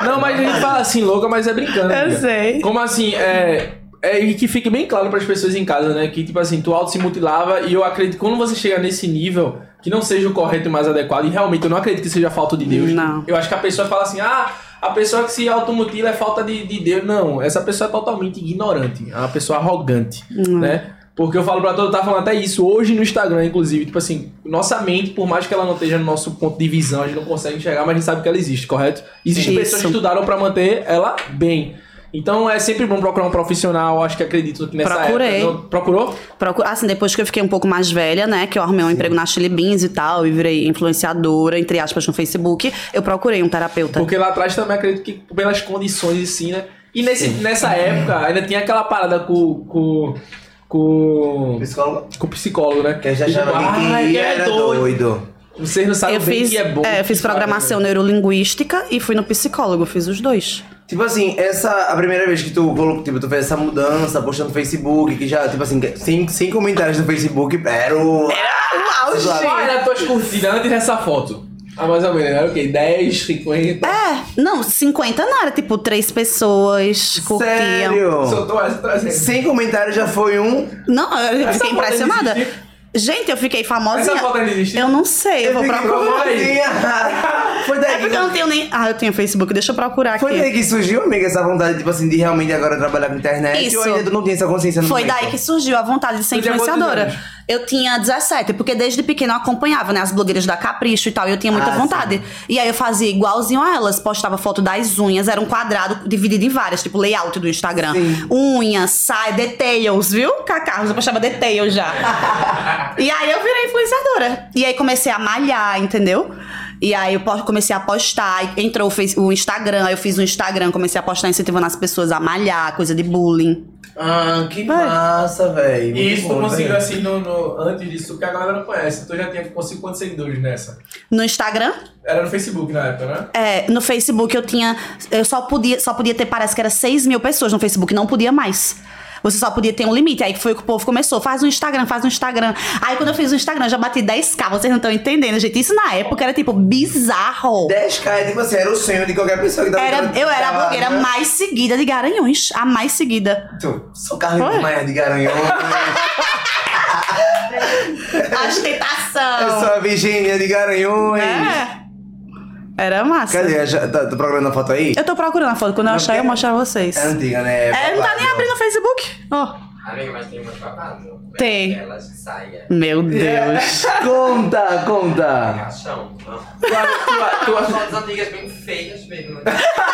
Speaker 1: É. Não, mas a gente fala assim, louca, mas é brincando.
Speaker 4: Eu
Speaker 1: amiga.
Speaker 4: sei.
Speaker 1: Como assim, é. É, e que fique bem claro para as pessoas em casa, né? Que, tipo assim, tu auto se mutilava e eu acredito que quando você chega nesse nível, que não seja o correto e mais adequado, e realmente eu não acredito que seja falta de Deus.
Speaker 4: Não.
Speaker 1: Eu acho que a pessoa fala assim, ah, a pessoa que se automutila é falta de, de Deus. Não, essa pessoa é totalmente ignorante, é uma pessoa arrogante,
Speaker 4: Hum.
Speaker 1: né? Porque eu falo pra todo, eu tava falando até isso hoje no Instagram, inclusive, tipo assim, nossa mente, por mais que ela não esteja no nosso ponto de visão, a gente não consegue enxergar, mas a gente sabe que ela existe, correto? Existem
Speaker 4: Isso.
Speaker 1: pessoas que estudaram pra manter ela bem. Então é sempre bom procurar um profissional, acho que acredito que nessa
Speaker 4: Procurei.
Speaker 1: época- não- procurou?
Speaker 4: Procu- Assim, depois que eu fiquei um pouco mais velha, né? Que eu arrumei um emprego na Chili Beans e tal, e virei influenciadora, entre aspas, no Facebook, eu procurei um terapeuta.
Speaker 1: Porque lá atrás também acredito que pelas condições assim, né? E nesse, nessa época ainda tinha aquela parada com. com. com,
Speaker 2: Psicólogo
Speaker 1: com o psicólogo, né?
Speaker 2: que já
Speaker 1: Tipo,
Speaker 2: achava que
Speaker 1: "Ai,
Speaker 2: quem
Speaker 4: é
Speaker 2: era doido.
Speaker 1: Vocês não sabem
Speaker 4: Eu
Speaker 1: bem
Speaker 4: fiz,
Speaker 1: que é bom.
Speaker 4: é, eu fiz programação neurolinguística e fui no psicólogo, fiz os dois.
Speaker 2: Tipo assim, essa a primeira vez que tu colocou, tipo, tu fez essa mudança, postando no Facebook, que já, tipo assim, sem, sem comentários no Facebook, era o.
Speaker 1: Olha as tuas curtidas antes dessa foto. Ah, mais ou menos, era o quê? 10, 50.
Speaker 4: É, não, 50 não era, tipo, três pessoas curtiam.
Speaker 2: Sério?
Speaker 1: Soltou essa trazendo.
Speaker 2: Sem comentário já foi um.
Speaker 4: Não, eu
Speaker 1: Essa
Speaker 4: fiquei
Speaker 1: foto
Speaker 4: impressionada.
Speaker 1: existe?
Speaker 4: Gente, eu fiquei
Speaker 1: Essa
Speaker 4: famosinha.
Speaker 1: foto ainda existe?
Speaker 4: Eu não sei, eu vou
Speaker 2: fiquei
Speaker 4: procurar.
Speaker 1: procurar aí.
Speaker 2: sozinha. Foi
Speaker 4: É
Speaker 2: daí
Speaker 4: porque eu
Speaker 2: que.
Speaker 4: não tenho nem. Ah, eu tenho Facebook, deixa eu procurar
Speaker 2: né? Foi
Speaker 4: aqui.
Speaker 2: daí que surgiu, amiga, essa vontade, tipo assim, de realmente agora trabalhar com internet.
Speaker 4: Isso.
Speaker 2: Ou ainda tu não tinha essa consciência no
Speaker 4: Foi
Speaker 2: momento?
Speaker 4: daí que surgiu a vontade de ser
Speaker 1: Tu tinha quantos
Speaker 4: influenciadora.
Speaker 1: anos?
Speaker 4: Eu tinha 17, porque desde pequena eu acompanhava, né? As blogueiras da Capricho e tal, e eu tinha muita
Speaker 2: Ah,
Speaker 4: vontade. E aí eu fazia igualzinho a elas, postava foto das unhas, era um quadrado dividido em várias, tipo layout do Instagram.
Speaker 2: Sim.
Speaker 4: Unha, sai, details, viu? Cacarros, eu postava details já. e aí eu virei influenciadora. E aí comecei a malhar, entendeu? E aí eu po- comecei a postar, e entrou o Face- o Instagram, aí eu fiz um Instagram, comecei a postar incentivando as pessoas a malhar, coisa de bullying.
Speaker 2: Ah, que
Speaker 4: Vai.
Speaker 2: massa, velho.
Speaker 1: E isso tu
Speaker 2: Muito bom, né?
Speaker 1: conseguiu
Speaker 2: velho.
Speaker 1: assim no, no- antes disso, porque a galera não conhece. Tu já tinha conseguido quantos seguidores nessa?
Speaker 4: No Instagram,
Speaker 1: Era no Facebook na época, né?
Speaker 4: é, no Facebook eu tinha. Eu só podia, só podia ter, parece que era 6 mil pessoas no Facebook, não podia mais. Você só podia ter um limite. Aí que foi que o povo começou. Faz um Instagram, faz um Instagram. Aí quando eu fiz o Instagram, eu já bati 10k. Vocês não estão entendendo, gente. Isso na época era tipo bizarro.
Speaker 2: 10k é tipo assim, era o sonho de qualquer pessoa que tava
Speaker 4: Era,
Speaker 2: querendo
Speaker 4: eu era a
Speaker 2: dar,
Speaker 4: blogueira
Speaker 2: né?
Speaker 4: mais seguida de Garanhões. A mais seguida.
Speaker 2: Tu, Sou Carlinhos Maia de Garanhão. né?
Speaker 3: A ostentação.
Speaker 2: eu sou a Virgínia de Garanhões.
Speaker 4: É. Era massa.
Speaker 2: Cadê? A ja- Tá, tá procurando a foto aí?
Speaker 4: Eu tô procurando a foto. Quando eu
Speaker 2: Não,
Speaker 4: achar, eu
Speaker 2: porque-
Speaker 4: mostro a vocês.
Speaker 2: É antiga, né?
Speaker 4: É, não tá nem
Speaker 2: Babado.
Speaker 4: abrindo o Facebook. Oh, Ó.
Speaker 5: Amiga, mas tem umas papadas. né?
Speaker 4: Tem.
Speaker 5: Elas que saem.
Speaker 4: Meu Deus.
Speaker 2: Conta, conta.
Speaker 5: Caixão.
Speaker 1: Tu, a- tu, a- tu,
Speaker 5: São as amigas bem feias mesmo. né?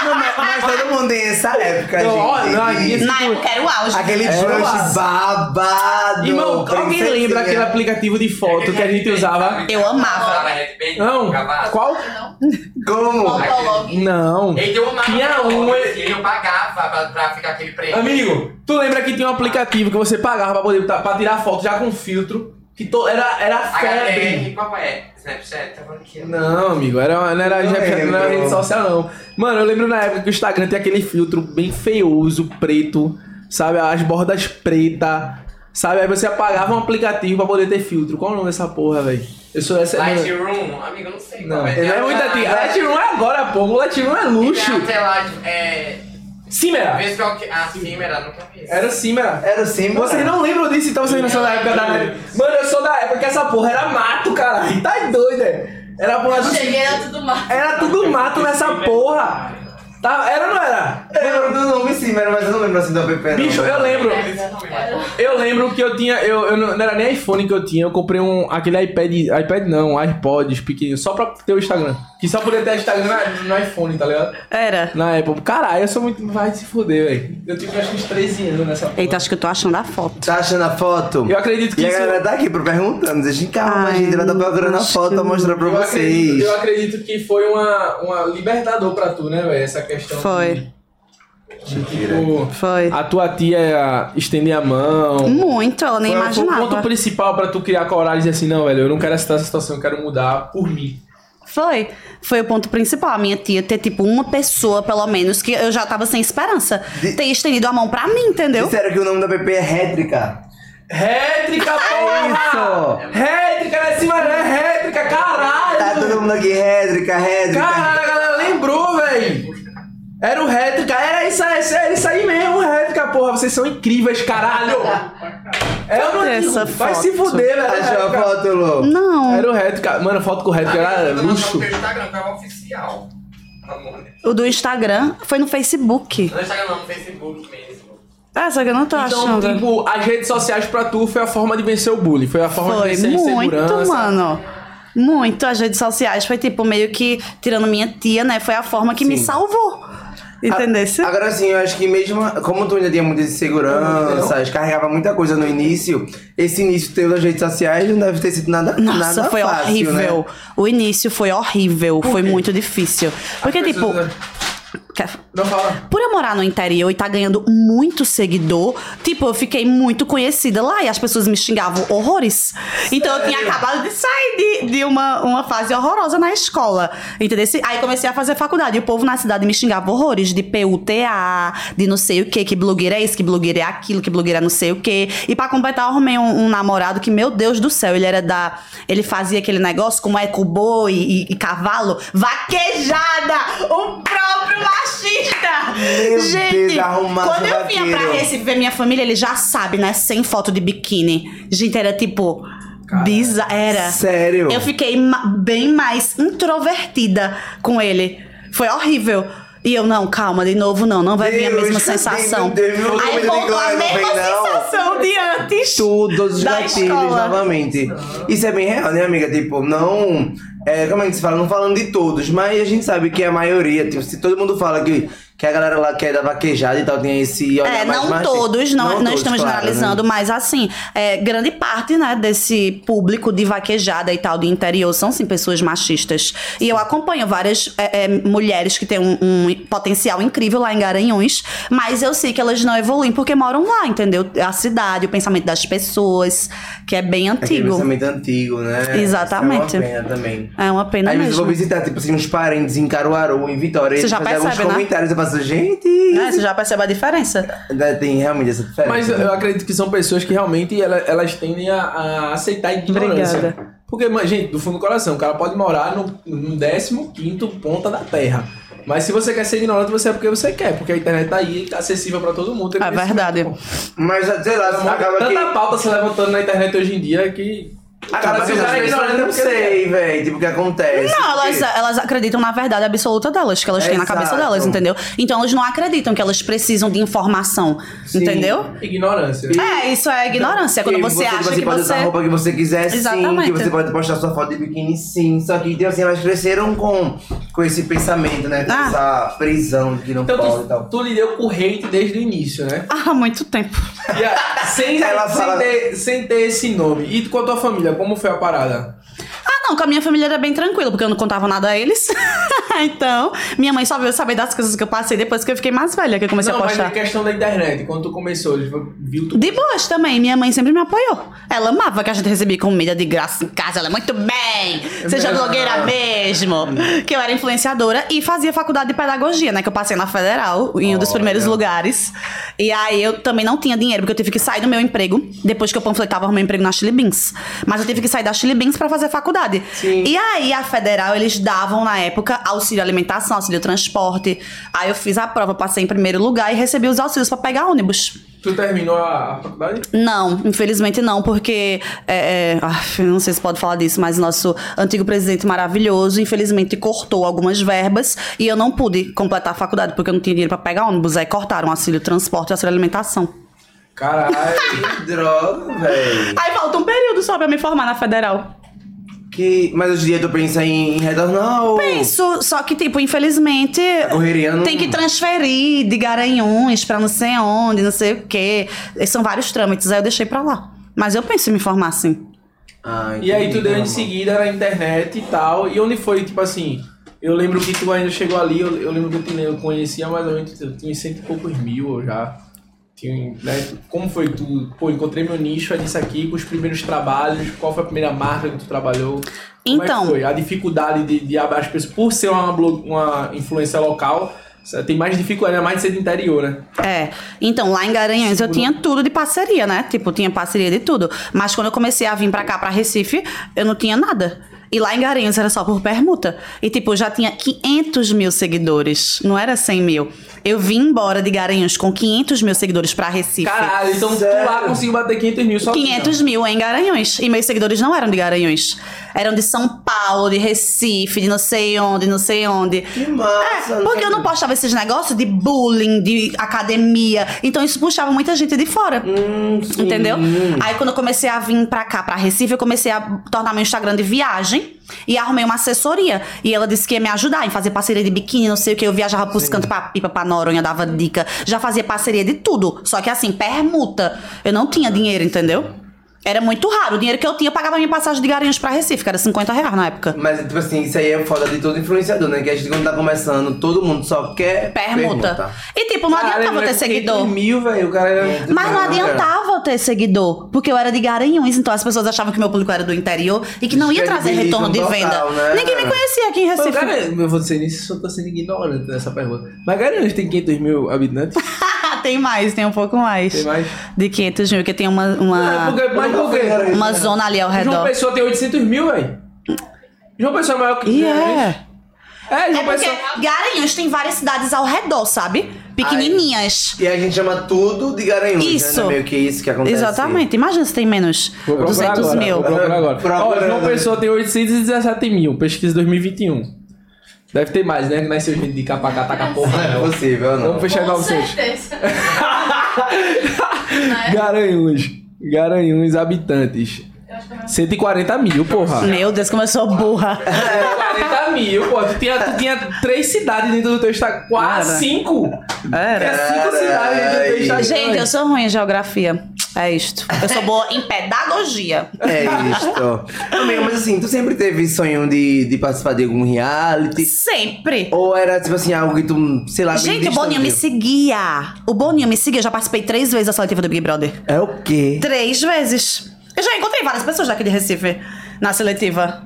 Speaker 2: Não, mas, mas todo mundo tem essa época,
Speaker 1: Não, ó,
Speaker 2: gente.
Speaker 1: não, a minha-
Speaker 3: Na época era o auge.
Speaker 2: Aquele
Speaker 1: Era
Speaker 2: crush
Speaker 1: massa.
Speaker 2: babado.
Speaker 1: É, Irmão, alguém
Speaker 2: princesinha.
Speaker 1: lembra aquele aplicativo de foto que a gente usava?
Speaker 4: Eu amava.
Speaker 5: Usava Red um Band,
Speaker 1: Não,
Speaker 5: gravado.
Speaker 1: qual?
Speaker 3: Não.
Speaker 2: Como?
Speaker 3: Fotolog.
Speaker 1: Não.
Speaker 5: Ele deu uma
Speaker 1: Tinha um-
Speaker 5: ele assim, eu pagava pra, pra ficar aquele prêmio.
Speaker 1: Amigo, tu lembra que tinha um aplicativo que você pagava pra poder botar- pra tirar foto já com filtro? Que to, era, era febre.
Speaker 5: HDR, qual é? Snapchat, tá falando que
Speaker 1: Não, amigo, era, não era,
Speaker 2: Não
Speaker 1: já- não era
Speaker 2: lembro.
Speaker 1: rede social, não. Mano, eu lembro na época que o Instagram tem aquele filtro bem feioso, preto, sabe? As bordas pretas, sabe? Aí você apagava um aplicativo pra poder ter filtro. Qual o nome dessa porra, velho? Eu sou essa. mano,
Speaker 5: Lightroom, amigo, eu não sei
Speaker 1: Não,
Speaker 5: qual
Speaker 1: não
Speaker 5: é.
Speaker 1: é muito antigo. Lightroom é agora, pô. O Lightroom é luxo.
Speaker 5: Tem até Light- é...
Speaker 1: Cimera.
Speaker 5: Vez qual que... Ah, Cimera, nunca vi. isso.
Speaker 1: Era Cimera.
Speaker 2: Era sim,
Speaker 1: Vocês não lembram disso, então vocês não são da época da Mano, eu sou da época que essa porra era mato, caralho. Tá doido, é? Era a porra do.
Speaker 3: Cheguei, era tudo mal.
Speaker 1: Era tudo mato nessa porra. Tá, era ou não era?
Speaker 2: Eu não nome sim, mas eu não lembro assim do app. não.
Speaker 1: Bicho, eu lembro. Eu lembro que eu tinha. Eu, eu não, não era nem iPhone que eu tinha, eu comprei um. Aquele iPad. iPad não, um iPods pequenininho, só pra ter o Instagram. Que só podia ter Instagram na- no iPhone, tá ligado?
Speaker 4: Era.
Speaker 1: Na Apple. Caralho, eu sou muito. Vai se foder, velho. Eu tive acho que uns 13 anos nessa porra.
Speaker 4: Eita, acho que eu tô achando a foto.
Speaker 2: Tá achando a foto?
Speaker 1: Eu acredito que
Speaker 2: E a
Speaker 1: isso-
Speaker 2: galera tá aqui pra perguntando. Gente, calma,
Speaker 4: Ai,
Speaker 2: gente. Ela tá procurando a
Speaker 4: acho
Speaker 2: foto pra
Speaker 4: que-
Speaker 2: mostrar pra
Speaker 1: Eu acredito,
Speaker 2: vocês.
Speaker 1: eu acredito que foi uma, uma libertador pra tu, né, velho? Essa questão.
Speaker 4: Foi.
Speaker 1: De, de, tipo,
Speaker 4: Foi.
Speaker 1: a tua tia estender a mão.
Speaker 4: Muito, ela nem
Speaker 1: Foi- foi o ponto
Speaker 4: imaginava.
Speaker 1: principal pra tu criar coragem e dizer assim, não, velho, eu não quero aceitar essa situação, eu quero mudar por mim.
Speaker 4: Foi. Foi o ponto principal. A minha tia ter, tipo, uma pessoa, pelo menos, que eu já tava sem esperança. Ter estendido a mão pra mim, entendeu?
Speaker 2: Disseram que o nome do app é Rétrica.
Speaker 1: Rétrica,
Speaker 4: É
Speaker 2: isso!
Speaker 1: porra! Rétrica, né, cima, né? Rétrica,
Speaker 2: Tá
Speaker 1: caralho!
Speaker 2: todo mundo aqui, Rétrica, Rétrica.
Speaker 1: Caralho, a galera lembrou, velho! Era o Rétrica, era isso, aí, era isso aí mesmo, Rétrica, porra, vocês são incríveis, caralho! Eu não
Speaker 4: Cadê essa
Speaker 1: Vai se
Speaker 4: foto?
Speaker 1: fuder, velho!
Speaker 2: Achou a
Speaker 1: Rétrica.
Speaker 2: foto, Lô?
Speaker 4: Não.
Speaker 1: Era o Rétrica, mano, foto com o Rétrica era
Speaker 5: Amigo, eu tô mandando
Speaker 1: luxo.
Speaker 5: pro Instagram, qual é o oficial? Amor, né?
Speaker 4: O do Instagram foi no Facebook.
Speaker 5: Não no Instagram não, no Facebook mesmo.
Speaker 4: Ah, só que eu não tô
Speaker 1: Então,
Speaker 4: achando.
Speaker 1: tipo, as redes sociais pra tu foi a forma de vencer o bullying, foi a forma de
Speaker 4: Foi
Speaker 1: vencer a insegurança.
Speaker 4: muito, mano. Muito. As redes sociais foi, tipo, meio que tirando minha tia, né? Foi a forma que me
Speaker 2: Sim.
Speaker 4: salvou. Entendesse?
Speaker 2: Agora sim, eu acho que mesmo como tu ainda tinha muita insegurança, carregava muita coisa no início, esse início teu das redes sociais não deve ter sido nada
Speaker 4: Nossa,
Speaker 2: nada
Speaker 4: foi
Speaker 2: fácil,
Speaker 4: horrível.
Speaker 2: Né?
Speaker 4: O início foi horrível. Foi muito difícil. Porque, tipo.
Speaker 1: pessoas, né?
Speaker 4: quer-
Speaker 1: Não fala.
Speaker 4: Por eu morar no interior e tá ganhando muito seguidor, tipo, eu fiquei muito conhecida lá e as pessoas me xingavam horrores. Então eu tinha acabado de sair de, de uma, uma fase horrorosa na escola. Entendeu? Aí comecei a fazer faculdade. E o povo na cidade me xingava horrores de PUTA, de não sei o que, que blogueira é isso, que blogueira é aquilo, que blogueira é não sei o que. E pra completar, eu arrumei um, um namorado que, meu Deus do céu, ele era da. Ele fazia aquele negócio como eco-boi e, e cavalo. Vaquejada! O próprio machista!
Speaker 2: Meu
Speaker 4: Gente,
Speaker 2: Deus, arrumado
Speaker 4: quando eu vinha pra
Speaker 2: vaqueiro.
Speaker 4: Recife ver minha família, ele já sabe, né? Sem foto de biquíni. Gente, era tipo. Biza, era.
Speaker 2: Sério.
Speaker 4: Eu fiquei ma- bem mais introvertida com ele. Foi horrível. E eu, não, calma, de novo não, não vai vir a
Speaker 2: Deus, meu
Speaker 4: mesma
Speaker 2: Deus,
Speaker 4: sensação.
Speaker 2: meu Deus, meu
Speaker 4: Aí
Speaker 2: Deus,
Speaker 4: voltou a
Speaker 2: não vem,
Speaker 4: mesma
Speaker 2: não.
Speaker 4: sensação de antes.
Speaker 2: Todos os
Speaker 4: Da
Speaker 2: gatilhos
Speaker 4: escola.
Speaker 2: novamente. Isso é bem real, né, amiga? Tipo, é não. É, como é que se fala? Não falando de todos, mas a gente sabe que a maioria, tipo, se todo mundo fala que que a galera lá que é da vaquejada e tal tem esse olhar
Speaker 4: É,
Speaker 2: mais
Speaker 4: não
Speaker 2: machista.
Speaker 4: todos, não, não
Speaker 2: todos,
Speaker 4: estamos
Speaker 2: claro, né?
Speaker 4: generalizando, mas assim, é, grande parte, né, desse público de vaquejada e tal, de interior, são sim pessoas machistas. E eu acompanho várias é, é, mulheres que têm um, um potencial incrível lá em Garanhuns, mas eu sei que elas não evoluem porque moram lá, entendeu? A cidade, o pensamento das pessoas, que é bem
Speaker 2: Aquele
Speaker 4: antigo.
Speaker 2: pensamento antigo, né? Isso
Speaker 4: Exatamente.
Speaker 2: É uma pena também.
Speaker 4: É uma pena
Speaker 2: Aí eu vou
Speaker 4: mesmo.
Speaker 2: visitar, tipo assim, uns parentes em Caruaru, em Vitória.
Speaker 4: Você
Speaker 2: eles
Speaker 4: já
Speaker 2: fazem alguns
Speaker 4: percebe, né?
Speaker 2: comentários, eu faço, gente...
Speaker 4: Né, você já percebe a diferença.
Speaker 2: né, Tem realmente essa diferença.
Speaker 1: Mas eu
Speaker 2: né?
Speaker 1: acredito que são pessoas que realmente ela- elas, tendem a, a aceitar a ignorância.
Speaker 4: Obrigada.
Speaker 1: Porque, ma- gente, do fundo do coração, o cara pode morar no, no 15 ponta da terra. Mas se você quer ser ignorante, você é porque você quer. Porque a internet tá aí, tá acessível pra todo mundo. tem
Speaker 4: É
Speaker 1: conhecimento,
Speaker 4: verdade.
Speaker 1: pô.
Speaker 2: Mas, sei lá, acaba que...
Speaker 1: Tanta pauta se levantando na internet hoje em dia que...
Speaker 2: Acaba
Speaker 1: se
Speaker 2: que tá as pessoas
Speaker 1: é né?
Speaker 2: não sei, velho, tipo, o que acontece.
Speaker 4: Não, elas, é
Speaker 2: Porque-
Speaker 4: elas acreditam na verdade absoluta delas, que elas têm na cabeça
Speaker 2: Exato.
Speaker 4: delas, entendeu? Então elas não acreditam que elas precisam de informação,
Speaker 2: Sim.
Speaker 4: entendeu?
Speaker 1: Ignorância.
Speaker 4: É, isso é ignorância. Quando
Speaker 2: Que
Speaker 4: você,
Speaker 2: você
Speaker 4: acha
Speaker 2: tipo assim,
Speaker 4: que
Speaker 2: pode
Speaker 4: você.
Speaker 2: usar a roupa que você quiser, sim. Que
Speaker 4: Exatamente.
Speaker 2: você pode postar sua foto de biquíni, sim. Só que, então, assim, elas cresceram com, com esse pensamento, né? Com
Speaker 4: Ah.
Speaker 2: essa prisão de que não
Speaker 1: Então
Speaker 2: pode e
Speaker 1: tu,
Speaker 2: tal.
Speaker 1: tu lidou com o hate desde o início, né?
Speaker 4: Há muito tempo.
Speaker 1: E a- sem,
Speaker 2: Ela
Speaker 1: sem
Speaker 2: fala-
Speaker 1: ter, sem ter esse nome. E com a tua família, como foi a parada?
Speaker 4: Ah, não, com a minha família era bem tranquila, porque eu não contava nada a eles. então, minha mãe só veio saber das coisas que eu passei depois que eu fiquei mais velha, que eu comecei
Speaker 1: não,
Speaker 4: a
Speaker 1: mas
Speaker 4: postar.
Speaker 1: a questão da internet, quando tu começou, eles viu tu.
Speaker 4: De boas também, minha mãe sempre me apoiou. Ela amava que a gente recebia comida de graça em casa. Ela, é muito bem! Seja
Speaker 2: Não.
Speaker 4: blogueira mesmo!
Speaker 2: Uhum.
Speaker 4: Que eu era influenciadora e fazia faculdade de pedagogia, né? Que eu passei na federal, em um dos
Speaker 2: Olha.
Speaker 4: primeiros lugares. E aí eu também não tinha dinheiro, porque eu tive que sair do meu emprego depois que eu panfletava o meu emprego na Chili Beans. Mas eu tive que sair da Chili Beans pra fazer faculdade.
Speaker 2: Sim.
Speaker 4: E aí a federal, eles davam na época auxílio alimentação, auxílio transporte. Aí eu fiz a prova, passei em primeiro lugar e recebi os auxílios pra pegar ônibus.
Speaker 1: Tu terminou a a faculdade?
Speaker 4: Não, infelizmente não, porque é, é, af, não sei se pode falar disso, mas nosso antigo presidente maravilhoso, infelizmente, cortou algumas verbas e eu não pude completar a faculdade porque eu não tinha dinheiro pra pegar ônibus. Aí cortaram auxílio transporte e auxílio alimentação.
Speaker 1: Caralho.
Speaker 2: Que droga, velho.
Speaker 4: Aí falta um período só pra eu me formar na federal.
Speaker 2: Que... Mas hoje em dia tu pensa em, em retornar ou...
Speaker 4: Penso, só que, tipo, infelizmente.
Speaker 2: Oh. É correria não-
Speaker 4: Tem que transferir de Garanhuns pra não sei onde, não sei o quê. São vários trâmites, aí eu deixei pra lá. Mas eu penso em me formar assim.
Speaker 2: Ah,
Speaker 1: E aí é tu
Speaker 2: entendi,
Speaker 1: deu em
Speaker 2: tá bom.
Speaker 1: seguida na internet e tal. E onde foi, tipo assim. Eu lembro que tu ainda chegou ali, eu, eu lembro que eu, te- eu conhecia mais ou menos, eu tinha uns cento e poucos mil eu já. Tinha, né? Como foi tu? Pô, encontrei meu nicho, é disso aqui, com os primeiros trabalhos, qual foi a primeira marca que tu trabalhou? Como é que
Speaker 4: Então.
Speaker 1: foi? A dificuldade de, de abrir as pessoas, por ser uma, blo- uma influência local, você tem mais dificuldade, é mais de ser do interior, né?
Speaker 4: É. Então, lá em Garanhuns eu tinha tudo de parceria, né? Tipo, tinha parceria de tudo. Mas quando eu comecei a vir pra cá, pra Recife, eu não tinha nada. E lá em Garanhuns era só por permuta. E, tipo, eu já tinha 500 mil seguidores. Não era 100 mil. Eu vim embora de Garanhuns com 500 mil seguidores pra Recife.
Speaker 1: Caralho, então tu lá
Speaker 2: Sério?
Speaker 1: conseguiu bater 500 mil só
Speaker 4: 500 mil em Garanhuns. E meus seguidores não eram de Garanhuns. Eram de São Paulo, de Recife, de não sei onde, não sei onde.
Speaker 2: Que massa.
Speaker 4: É, porque eu não postava esses negócios de bullying, de academia. Então isso puxava muita gente de fora.
Speaker 2: Hum,
Speaker 4: entendeu? Aí quando eu comecei a vir pra cá, pra Recife, eu comecei a tornar meu Instagram de viagem. E arrumei uma assessoria. E ela disse que ia me ajudar em fazer parceria de biquíni, não sei o que. Eu viajava pros cantos pra pipa, pra Noronha, dava dica. Já fazia parceria de tudo. Só que assim, permuta. Eu não tinha dinheiro, entendeu? Era muito raro. O dinheiro que eu tinha, eu pagava minha passagem de Garanhuns pra Recife, que era 50 reais na época.
Speaker 2: Mas, tipo assim, isso aí é foda de todo influenciador, né? Que a gente, quando tá começando, todo mundo só quer
Speaker 4: Permuta. E tipo, não adiantava ter seguidor.
Speaker 1: mil, velho, o cara era...
Speaker 4: Mas não
Speaker 2: Não, cara.
Speaker 4: adiantava eu ter seguidor, porque eu era de Garanhuns, então as pessoas achavam que meu público era do interior e que não ia trazer
Speaker 2: Descredibilizam
Speaker 4: retorno de venda.
Speaker 2: total, né?
Speaker 4: Ninguém me conhecia aqui em
Speaker 1: Mas,
Speaker 4: Recife.
Speaker 1: cara, é- eu vou dizer isso, eu tô sendo ignorante nessa pergunta. Mas Garanhuns tem 500 mil habitantes?
Speaker 4: tem mais, tem um pouco mais.
Speaker 1: Tem mais?
Speaker 4: De 500 mil, que tem uma, uma,
Speaker 1: Não, é porque- mas por quê?
Speaker 4: uma zona ali ao
Speaker 1: João
Speaker 4: redor.
Speaker 1: Pessoa tem 800 mil, velho. João Pessoa é maior que...
Speaker 4: E
Speaker 1: Garanhuns?
Speaker 4: é.
Speaker 1: É,
Speaker 4: É
Speaker 1: João
Speaker 4: porque
Speaker 1: Pessoa...
Speaker 4: Garanhuns tem várias cidades ao redor, sabe? Pequenininhas.
Speaker 2: E a gente chama tudo de garanhuns,
Speaker 4: Isso.
Speaker 2: né? Meio que isso que acontece.
Speaker 4: Exatamente. Imagina se tem menos.
Speaker 1: Vou procurar
Speaker 4: 200
Speaker 1: agora,
Speaker 4: mil.
Speaker 1: Vou procurar agora. Ó,
Speaker 2: Procurando.
Speaker 1: João Pessoa tem 817 mil, pesquisa 2021. Deve ter mais, né? Que nasceu gente de capa, cataca,
Speaker 2: Não
Speaker 1: porra.
Speaker 2: é
Speaker 1: não.
Speaker 2: possível, não.
Speaker 1: Vamos fechar em
Speaker 3: Com
Speaker 1: 900.
Speaker 3: certeza.
Speaker 1: Garanhuns. Garanhuns, habitantes.
Speaker 3: Eu
Speaker 1: 140 mil, porra.
Speaker 4: Meu Deus, como eu sou burra.
Speaker 1: 40 mil, pô. Tu tinha, tu tinha três cidades dentro do teu estado. Quase
Speaker 4: Era.
Speaker 1: cinco. Tinha
Speaker 4: Era.
Speaker 1: cinco
Speaker 2: Caralho.
Speaker 1: cidades dentro do teu estado.
Speaker 4: Gente, eu sou ruim em geografia. É isto.
Speaker 3: Eu sou boa em pedagogia.
Speaker 2: É isto. Amiga, mas assim, tu sempre teve sonho de, de participar de algum reality?
Speaker 4: Sempre.
Speaker 2: Ou era, tipo assim, algo que tu, sei lá, bem
Speaker 4: Gente, o Boninho me
Speaker 2: distante?
Speaker 4: seguia. O Boninho me seguia. Eu já participei três vezes da seletiva do Big Brother.
Speaker 2: É o quê?
Speaker 4: Três vezes. Eu já encontrei várias pessoas daqui de Recife na seletiva.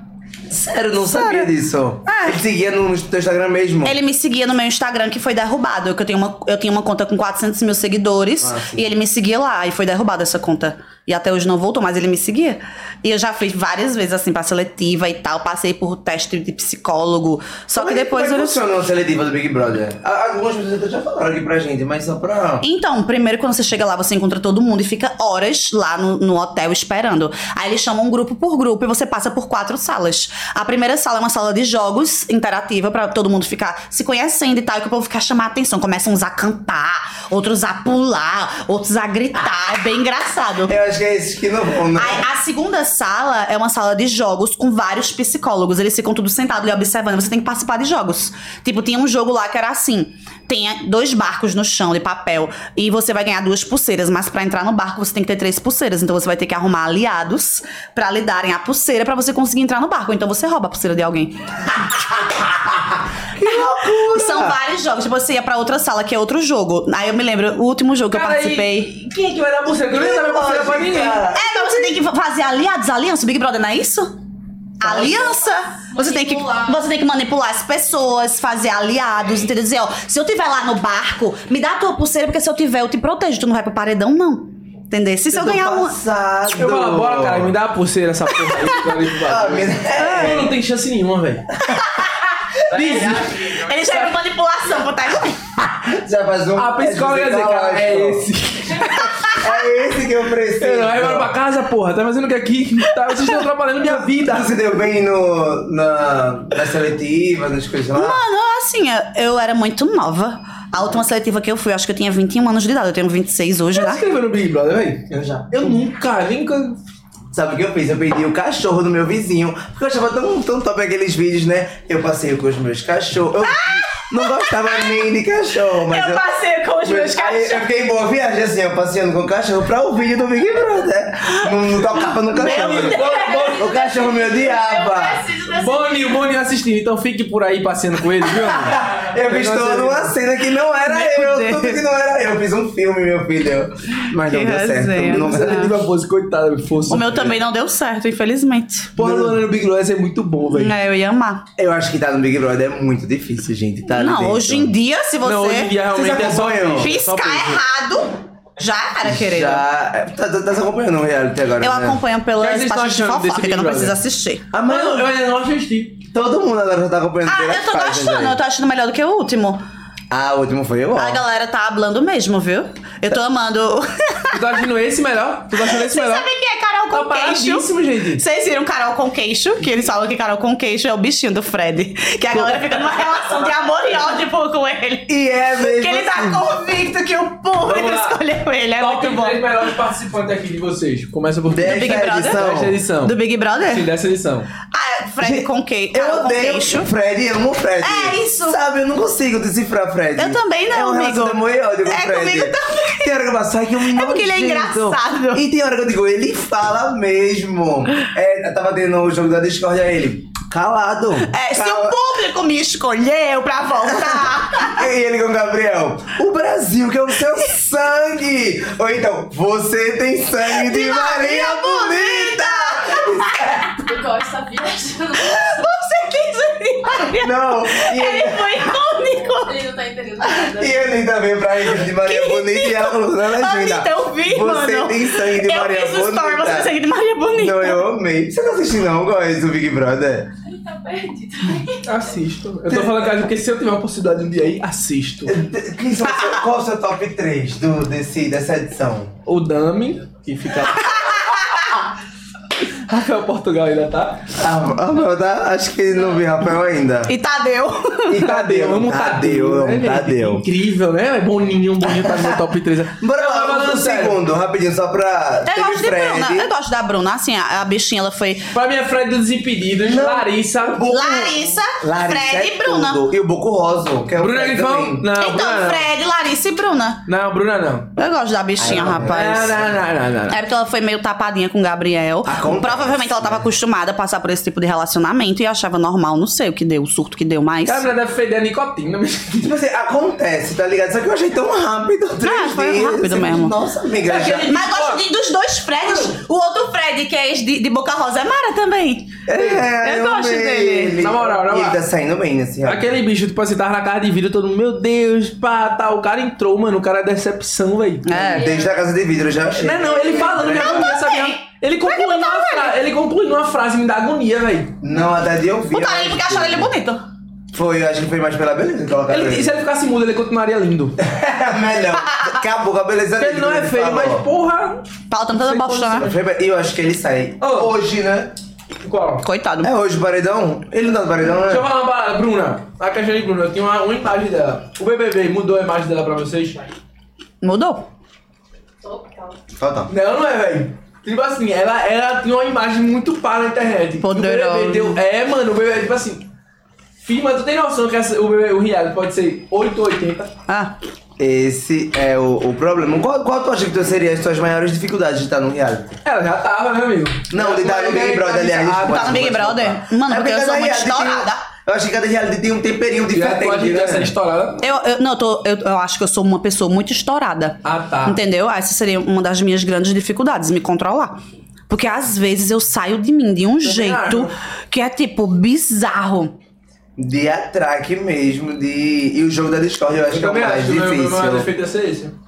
Speaker 2: Sério, eu não sabia disso.
Speaker 1: Ah.
Speaker 4: É.
Speaker 2: Ele seguia no teu Instagram mesmo.
Speaker 4: Ele me seguia no meu Instagram, que foi derrubado. Que eu, tenho uma, eu tinha uma conta com 400 mil seguidores.
Speaker 2: Ah, sim.
Speaker 4: e ele me seguia lá. E foi derrubada essa conta. E até hoje não voltou, mas ele me seguia. E eu já fiz várias vezes, assim, pra seletiva e tal. Passei por teste de psicólogo. Só que
Speaker 2: Como é
Speaker 4: depois
Speaker 2: como é
Speaker 4: eu...
Speaker 2: que funciona a seletiva do Big Brother? A- Algumas pessoas até já falaram aqui pra gente, mas só pra...
Speaker 4: Então, primeiro quando você chega lá, você encontra todo mundo e fica horas lá no, no hotel esperando. Aí eles chamam um grupo por grupo e você passa por quatro salas. A primeira sala é uma sala de jogos interativa pra todo mundo ficar se conhecendo e tal, e que o povo fica chamando a atenção. Começam uns a cantar, outros a pular, outros a gritar. É bem engraçado.
Speaker 2: Eu acho que é esses que não vão, né?
Speaker 4: Aí, a segunda sala é uma sala de jogos com vários psicólogos. Eles ficam tudo sentados ali observando. Você tem que participar de jogos. Tipo, tinha um jogo lá que era assim: tem dois barcos no chão de papel e você vai ganhar duas pulseiras, mas pra entrar no barco você tem que ter três pulseiras. Então você vai ter que arrumar aliados pra lhe darem a pulseira pra você conseguir entrar no barco. Então você rouba a pulseira de alguém. que loucura! São vários jogos. Tipo, você ia pra outra sala, que é outro jogo. Aí eu me lembro, o último jogo que eu
Speaker 1: Cara, e-
Speaker 4: participei.
Speaker 1: e Quem é que vai dar pulseira? Que eu nem sabia pulseira pra ninguém.
Speaker 2: Cara.
Speaker 4: É, mas você tem que fazer aliados, aliança, o Big Brother, não é isso? Aliança! Você tem, que,
Speaker 3: Manipular.
Speaker 4: você tem que manipular as pessoas, fazer aliados, entendeu? Dizer, ó, se eu tiver lá no barco, me dá a tua pulseira, porque se eu tiver, eu te protejo. Tu não vai pro paredão, não. Entendeu? Se, eu
Speaker 2: Do
Speaker 4: ganhar um- uma.
Speaker 2: passado.
Speaker 1: Eu falo, bora, cara, me dá a pulseira essa porra aí. que eu olhei pro
Speaker 2: Ah,
Speaker 1: bagulho.
Speaker 2: me-
Speaker 4: é.
Speaker 1: Eu não tenho chance nenhuma, velho.
Speaker 5: assim,
Speaker 4: Ele já é pra manipulação, pro teste.
Speaker 2: Já faz um...
Speaker 1: A psicóloga ia dizer, cara, é esse.
Speaker 2: É esse que eu preciso.
Speaker 1: Eu, Vai embora pra casa, porra. Tá fazendo o que aqui? Tá, vocês estão atrapalhando minha vida.
Speaker 2: Você deu bem no, na, na seletiva, nas coisas lá?
Speaker 4: Mano, assim, eu- eu era muito nova. A última seletiva que eu fui, eu acho que eu tinha 21 anos de idade, eu tenho 26 hoje,
Speaker 2: Já
Speaker 1: Tá
Speaker 4: né?
Speaker 2: escreveu no Big Brother, véi? Eu já.
Speaker 1: Eu nunca, nunca.
Speaker 4: Tá
Speaker 2: Sabe o que eu fiz? Eu perdi o cachorro do meu vizinho. Porque eu achava tão, tão top aqueles vídeos, né? Eu passeio com os meus cachorros. Eu não gostava nem de cachorro, mas. Eu,
Speaker 4: passei com os
Speaker 2: mas- aí Eu fiquei em boa viagem assim, eu passeando com o cachorro pra o vídeo do Big Brother. né? Não, não tocava no cachorro. O cachorro me odiava.
Speaker 1: Boni, o Boni assistindo, então fique por aí passeando com ele, viu? amigo?
Speaker 2: Eu fiz toda uma cena que não era eu, tudo que não era eu. Eu fiz um filme, meu filho. Mas não
Speaker 4: Que
Speaker 2: deu
Speaker 4: resenha,
Speaker 2: certo. Não,
Speaker 1: Nossa, ele não fosse, coitado, fosse.
Speaker 4: O meu também não deu certo, infelizmente.
Speaker 1: Porra, Luana no Big Brother é muito bom, velho.
Speaker 4: É, eu ia amar.
Speaker 2: Eu acho que tá no Big Brother é muito difícil, gente. Tá ali
Speaker 4: Não,
Speaker 2: dentro.
Speaker 4: hoje em dia, se você
Speaker 1: Não, hoje em dia realmente é só
Speaker 2: acompanham?
Speaker 1: beijo, é só
Speaker 4: piscar
Speaker 1: beijo.
Speaker 4: errado, já era, querida.
Speaker 2: Já. é, Tá, tá, tá se acompanhando o reality agora.
Speaker 4: Eu
Speaker 2: né?
Speaker 4: acompanho
Speaker 1: O que
Speaker 4: pelas
Speaker 1: vocês
Speaker 4: páginas de
Speaker 1: estão achando
Speaker 4: fofoca,
Speaker 1: desse
Speaker 4: que eu não
Speaker 1: Big
Speaker 4: preciso
Speaker 1: Brother?
Speaker 4: assistir.
Speaker 2: Ah, mas
Speaker 1: Mano, eu ainda não assisti.
Speaker 2: todo mundo agora já tá acompanhando
Speaker 4: Ah,
Speaker 2: pelas
Speaker 4: eu tô
Speaker 2: páginas
Speaker 4: gostando,
Speaker 2: aí.
Speaker 4: eu tô achando melhor do que o último.
Speaker 2: Ah, o último foi eu. ó. Tá.
Speaker 4: A galera tá hablando mesmo, viu? Eu tô amando.
Speaker 1: Tu tá achando esse melhor? Tu tá achando esse
Speaker 4: Vocês
Speaker 1: melhor?
Speaker 4: sabem quem é Carol
Speaker 1: Tá
Speaker 4: com queixo?
Speaker 1: paradíssimo, gente.
Speaker 4: Vocês viram Carol com queixo? Que eles falam que Carol com queixo é o bichinho do Fred. Que a galera fica numa relação de amor e ódio com ele.
Speaker 2: E é mesmo.
Speaker 4: Que ele tá
Speaker 2: assim.
Speaker 4: convicto que o público
Speaker 1: Vamos lá.
Speaker 4: escolheu ele. É
Speaker 1: Top
Speaker 4: muito bom.
Speaker 1: três melhores participantes aqui de vocês. Começa por
Speaker 2: Desta
Speaker 4: Big Brother?
Speaker 2: edição.
Speaker 1: Desta edição.
Speaker 4: Do Big Brother?
Speaker 1: Sim, dessa edição.
Speaker 4: Ah, Fred
Speaker 2: Gente,
Speaker 4: com queixo.
Speaker 2: Eu
Speaker 4: Carol com
Speaker 2: odeio
Speaker 4: queixo.
Speaker 2: o Fred, eu amo o Fred.
Speaker 4: É isso.
Speaker 2: Sabe, eu não consigo decifrar Fred.
Speaker 4: Eu também não,
Speaker 2: é um relação
Speaker 4: amigo.
Speaker 2: de amor e ódio com
Speaker 4: É,
Speaker 2: o Fred.
Speaker 4: comigo também.
Speaker 2: Tem hora que eu passo, ai, que um
Speaker 4: É porque ele é engraçado.
Speaker 2: E tem hora que eu digo, ele fala mesmo. É, eu tava tendo o jogo da Discord, aí ele, calado.
Speaker 4: É, se
Speaker 2: Cala-
Speaker 4: o público me escolheu pra voltar.
Speaker 2: E ele com o Gabriel, o Brasil que é o seu sangue! Ou então, você tem sangue de, Maria, Bonita!
Speaker 3: Eu gosto da viajando.
Speaker 4: Você quis ir.
Speaker 2: Não, e
Speaker 4: Ele
Speaker 2: ele,
Speaker 4: foi icônico.
Speaker 3: Ele não tá entendendo nada.
Speaker 2: e ele também pra ele de Maria Bonita e é ela colocou na legenda.
Speaker 4: Anitta, eu então, vi,
Speaker 2: você
Speaker 4: mano.
Speaker 2: tem sangue de
Speaker 4: eu
Speaker 2: Maria
Speaker 4: fiz o
Speaker 2: Bonita.
Speaker 4: story, você tem sangue de Maria Bonita.
Speaker 2: Não, eu amei. Você não assiste não, gosta do Big Brother?
Speaker 3: Ele tá perdido.
Speaker 1: Assisto. Eu tô falando, cara, porque se eu tiver uma possibilidade um dia aí, assisto.
Speaker 2: Quem são, seu- qual é o seu top 3 do, desse, dessa edição?
Speaker 1: O Dami, que fica. Rafael Portugal ainda tá?
Speaker 2: Rafael tá. Acho que não vi Rafael ainda.
Speaker 4: E tá, Tadeu.
Speaker 2: E Tadeu,
Speaker 1: amo
Speaker 2: Tadeu,
Speaker 1: né,
Speaker 2: amo
Speaker 1: velho?
Speaker 2: Tadeu.
Speaker 1: Incrível, né? Boninho, Boninho tá no meu top 3.
Speaker 2: Bora
Speaker 1: Não,
Speaker 2: lá, um segundo, rapidinho, só pra.
Speaker 4: Eu
Speaker 2: Teve
Speaker 4: gosto de
Speaker 2: Fred.
Speaker 4: Bruna. Eu gosto da Bruna. Assim, a, a bichinha, ela foi.
Speaker 1: Pra mim é Fred do Desimpedidos,
Speaker 2: Não.
Speaker 1: Larissa.
Speaker 2: Boco-
Speaker 4: Larissa,
Speaker 2: Larissa
Speaker 4: Fred
Speaker 2: é
Speaker 4: e Bruna.
Speaker 2: tudo. E o Boco Rosa, que é o
Speaker 1: Bruna
Speaker 2: Fred
Speaker 1: Grifão?
Speaker 2: também.
Speaker 1: Não, Bruna
Speaker 4: Então,
Speaker 1: não.
Speaker 4: Fred, Larissa e Bruna.
Speaker 1: Não, Bruna não.
Speaker 4: Eu gosto da bichinha,
Speaker 2: Ai, não.
Speaker 4: rapaz.
Speaker 1: Não, não, não, não, não, não.
Speaker 4: É porque ela foi meio tapadinha com o Gabriel.
Speaker 2: Acontece,
Speaker 4: Provavelmente ela tava acostumada a passar por esse tipo de relacionamento e achava normal, não sei o que deu, o surto que deu mais.
Speaker 1: Cara, a menina deve feder a nicotina. mas-
Speaker 2: Tipo assim, acontece, tá ligado? Só que eu achei tão rápido. três
Speaker 4: Ah, foi
Speaker 2: dias.
Speaker 4: rápido mesmo.
Speaker 2: Nossa, amiga, já.
Speaker 1: Aquele-
Speaker 4: Mas gosto de- dos dois Freds. O outro Fred, que é ex de, de Boca Rosa, é Mara também.
Speaker 2: É,
Speaker 4: Eu gosto
Speaker 2: amei
Speaker 4: dele.
Speaker 2: ele.
Speaker 1: Na moral, na
Speaker 2: E ele
Speaker 1: moral.
Speaker 2: tá saindo bem nesse ano.
Speaker 1: Aquele bicho, tipo assim, tava na casa de vidro, todo mundo, meu Deus, pá, tá. O cara entrou, mano, o cara é decepção, velho.
Speaker 4: É.
Speaker 2: Desde a casa de vidro eu já achei.
Speaker 1: Não, não, ele falando, minha
Speaker 4: tá
Speaker 1: agonia, sabia? Ele
Speaker 4: é
Speaker 1: concluiu uma frase, ele concluiu uma frase, me dá agonia, velho.
Speaker 2: Não, até de ouvir.
Speaker 4: Botaram
Speaker 2: eu
Speaker 4: ele porque é
Speaker 2: acho.
Speaker 4: acharam ele bonito.
Speaker 2: Foi, eu acho que foi mais pela beleza que colocaram
Speaker 1: Ele- se ele ficasse mudo, ele continuaria lindo.
Speaker 2: É melhor. Acabou com a beleza
Speaker 1: Porque ele não é feio, mas
Speaker 2: falou.
Speaker 1: porra.
Speaker 4: Faltam toda
Speaker 1: Sem
Speaker 4: bosta, né?
Speaker 2: E eu acho que ele sai
Speaker 1: Ô.
Speaker 2: hoje, né?
Speaker 1: Qual?
Speaker 4: Coitado.
Speaker 2: É hoje o paredão? Ele não tá no paredão, né?
Speaker 1: Deixa eu falar uma parada, Bruna. A caixinha de Bruna, eu tenho uma, uma imagem dela. O BBB mudou a imagem dela pra vocês?
Speaker 4: Mudou?
Speaker 3: Total.
Speaker 2: Total.
Speaker 1: Não, não é, velho. Tipo assim, ela, ela tinha uma imagem muito pá na internet.
Speaker 4: Poderosa.
Speaker 1: O BBB deu, é, mano, o BBB, tipo assim. Firma, tu tem noção que essa- o, BBB, o reality pode ser 880?
Speaker 4: Ah.
Speaker 2: Esse é o, o problema. Qual, qual tu acha que tu seriam as tuas maiores dificuldades de estar no reality?
Speaker 1: Ela já tava, né, amigo?
Speaker 2: Não, de estar no Big Brother, aliás.
Speaker 1: Ah,
Speaker 2: desculpa,
Speaker 4: tá no Big
Speaker 2: desculpa,
Speaker 4: Brother?
Speaker 2: desculpa.
Speaker 4: Mano, porque eu
Speaker 2: cada
Speaker 4: sou muito
Speaker 2: reality tem um-
Speaker 4: estourada. é
Speaker 2: eu acho que cada reality tem um temperinho
Speaker 1: Já tu acha
Speaker 2: diferente,
Speaker 1: que
Speaker 2: né?
Speaker 1: essa estourada?
Speaker 4: Eu, eu- não, eu, tô- eu- eu acho que eu sou uma pessoa muito estourada.
Speaker 1: Ah, tá.
Speaker 4: Entendeu? Ah, Essa seria uma das minhas grandes dificuldades, me controlar. Porque às vezes eu saio de mim de um jeito que é tipo bizarro.
Speaker 2: De atraque mesmo, de... E o jogo da Discord eu acho que é o
Speaker 1: também
Speaker 2: mais
Speaker 4: né?
Speaker 1: acho, meu- Meu maior
Speaker 2: difícil.
Speaker 1: defeito ia ser esse.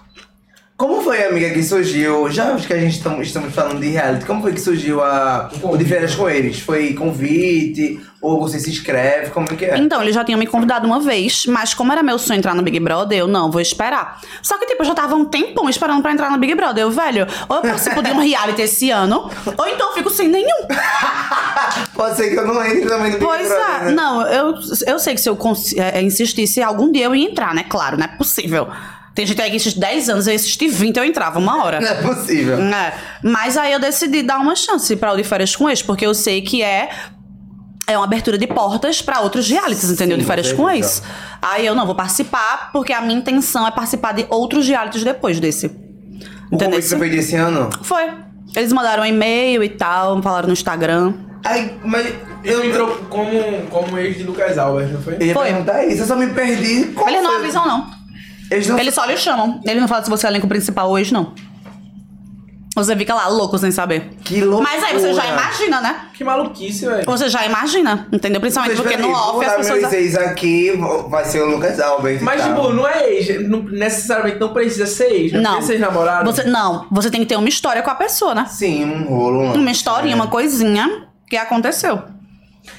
Speaker 2: Como foi, amiga, que surgiu? Já acho que a gente tam- estamos falando de reality. Como foi que surgiu a... o de férias com eles? Foi convite? Ou você se inscreve? Como é que é?
Speaker 4: Então, eles já tinham me convidado uma vez, mas como era meu sonho entrar no Big Brother, eu não, vou esperar. Só que, tipo, eu já tava um tempão esperando pra entrar no Big Brother. Eu, velho, ou eu participo de um reality esse ano, ou então eu fico sem nenhum.
Speaker 2: Pode ser que eu não entre também no Big
Speaker 4: Pois
Speaker 2: Brother,
Speaker 4: é,
Speaker 2: né?
Speaker 4: não, eu, eu sei que se eu cons- eh, insistisse, algum dia eu ia entrar, né? Claro, não é possível. Tem gente aí que insiste 10 anos, eu insisti 20, eu entrava uma hora.
Speaker 2: Não é possível.
Speaker 4: É, Mas aí eu decidi dar uma chance pra o de férias com ex, porque eu sei que é. É uma abertura de portas pra outros realities, entendeu?
Speaker 2: Sim,
Speaker 4: de férias com
Speaker 2: entendi,
Speaker 4: ex. Aí eu não vou participar, porque a minha intenção é participar de outros realities depois desse.
Speaker 2: O convite que
Speaker 4: Entendeu?
Speaker 2: você fez desse ano?
Speaker 4: Foi. Eles mandaram um e-mail e tal, falaram no Instagram.
Speaker 2: Ai, mas eu
Speaker 1: Ele entrou como, como ex de Lucas Alves, não foi?
Speaker 2: Eu ia
Speaker 4: Foi.
Speaker 2: perguntar isso, eu só me perdi. Qual
Speaker 4: Eles não
Speaker 2: foi?
Speaker 4: avisam, não.
Speaker 2: Eles não.
Speaker 4: Eles só lhe chamam. Ele não fala se você é o elenco principal hoje, não. Você fica lá louco sem saber.
Speaker 2: Que loucura.
Speaker 4: Mas aí você já imagina, né?
Speaker 1: Que maluquice, velho.
Speaker 4: Você já imagina, entendeu? Principalmente
Speaker 2: Vocês
Speaker 4: porque no
Speaker 2: peraí, vou
Speaker 4: off as
Speaker 2: botar meus
Speaker 4: pessoas.
Speaker 2: seis aqui, vou- vai ser o Lucas Albert. e
Speaker 1: Mas,
Speaker 2: tal.
Speaker 1: tipo, não é ex. não- necessariamente não precisa ser ex. Não.
Speaker 4: Não.
Speaker 2: é
Speaker 1: Precisa ser namorado.
Speaker 4: Você, não, você tem que ter uma história com a pessoa, né?
Speaker 2: Sim, um rolo. um-
Speaker 4: Uma historinha, uma coisinha que aconteceu.
Speaker 2: É.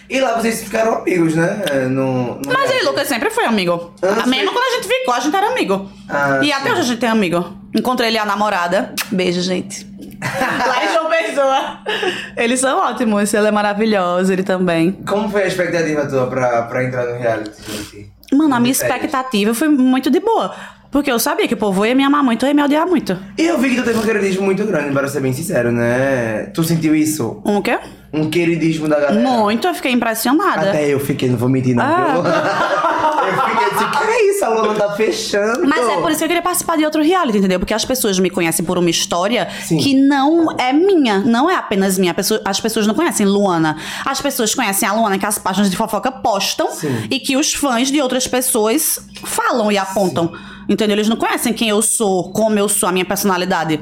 Speaker 2: E lá vocês ficaram amigos, né? É, No, no
Speaker 4: Mas aí, Lucas sempre foi amigo.
Speaker 2: Eu não
Speaker 4: Ah,
Speaker 2: sei.
Speaker 4: Mesmo quando a gente ficou, a gente era amigo.
Speaker 2: Ah,
Speaker 4: e até
Speaker 2: sim.
Speaker 4: hoje a gente é amigo. Encontrei ele e a namorada. Beijo, gente. Lá em João Pessoa. Eles são ótimos, ele é maravilhoso, ele também.
Speaker 2: Como foi a expectativa tua pra, pra entrar no reality, gente?
Speaker 4: Mano, a minha
Speaker 2: é Sério.
Speaker 4: expectativa foi muito de boa. Porque eu sabia que o povo ia me amar muito, ia me odiar muito.
Speaker 2: E eu vi que tu teve um queridismo muito grande, para ser bem sincero, né? Tu sentiu isso?
Speaker 4: Um quê?
Speaker 2: Um queridismo da galera?
Speaker 4: Muito, eu fiquei impressionada.
Speaker 2: Até eu fiquei, não vou mentir, não. viu? eu fiquei assim, que é isso? A Luana tá fechando.
Speaker 4: Ah. Mas é por isso que eu queria participar de outro reality, entendeu? Porque as pessoas me conhecem por uma história
Speaker 2: Sim.
Speaker 4: que não é minha, não é apenas minha. A pessoa- as pessoas não conhecem Luana. As pessoas conhecem a Luana que as páginas de fofoca postam
Speaker 2: Sim.
Speaker 4: e que os fãs de outras pessoas falam e apontam. Entendeu? Eles não conhecem quem eu sou, como eu sou, a minha personalidade.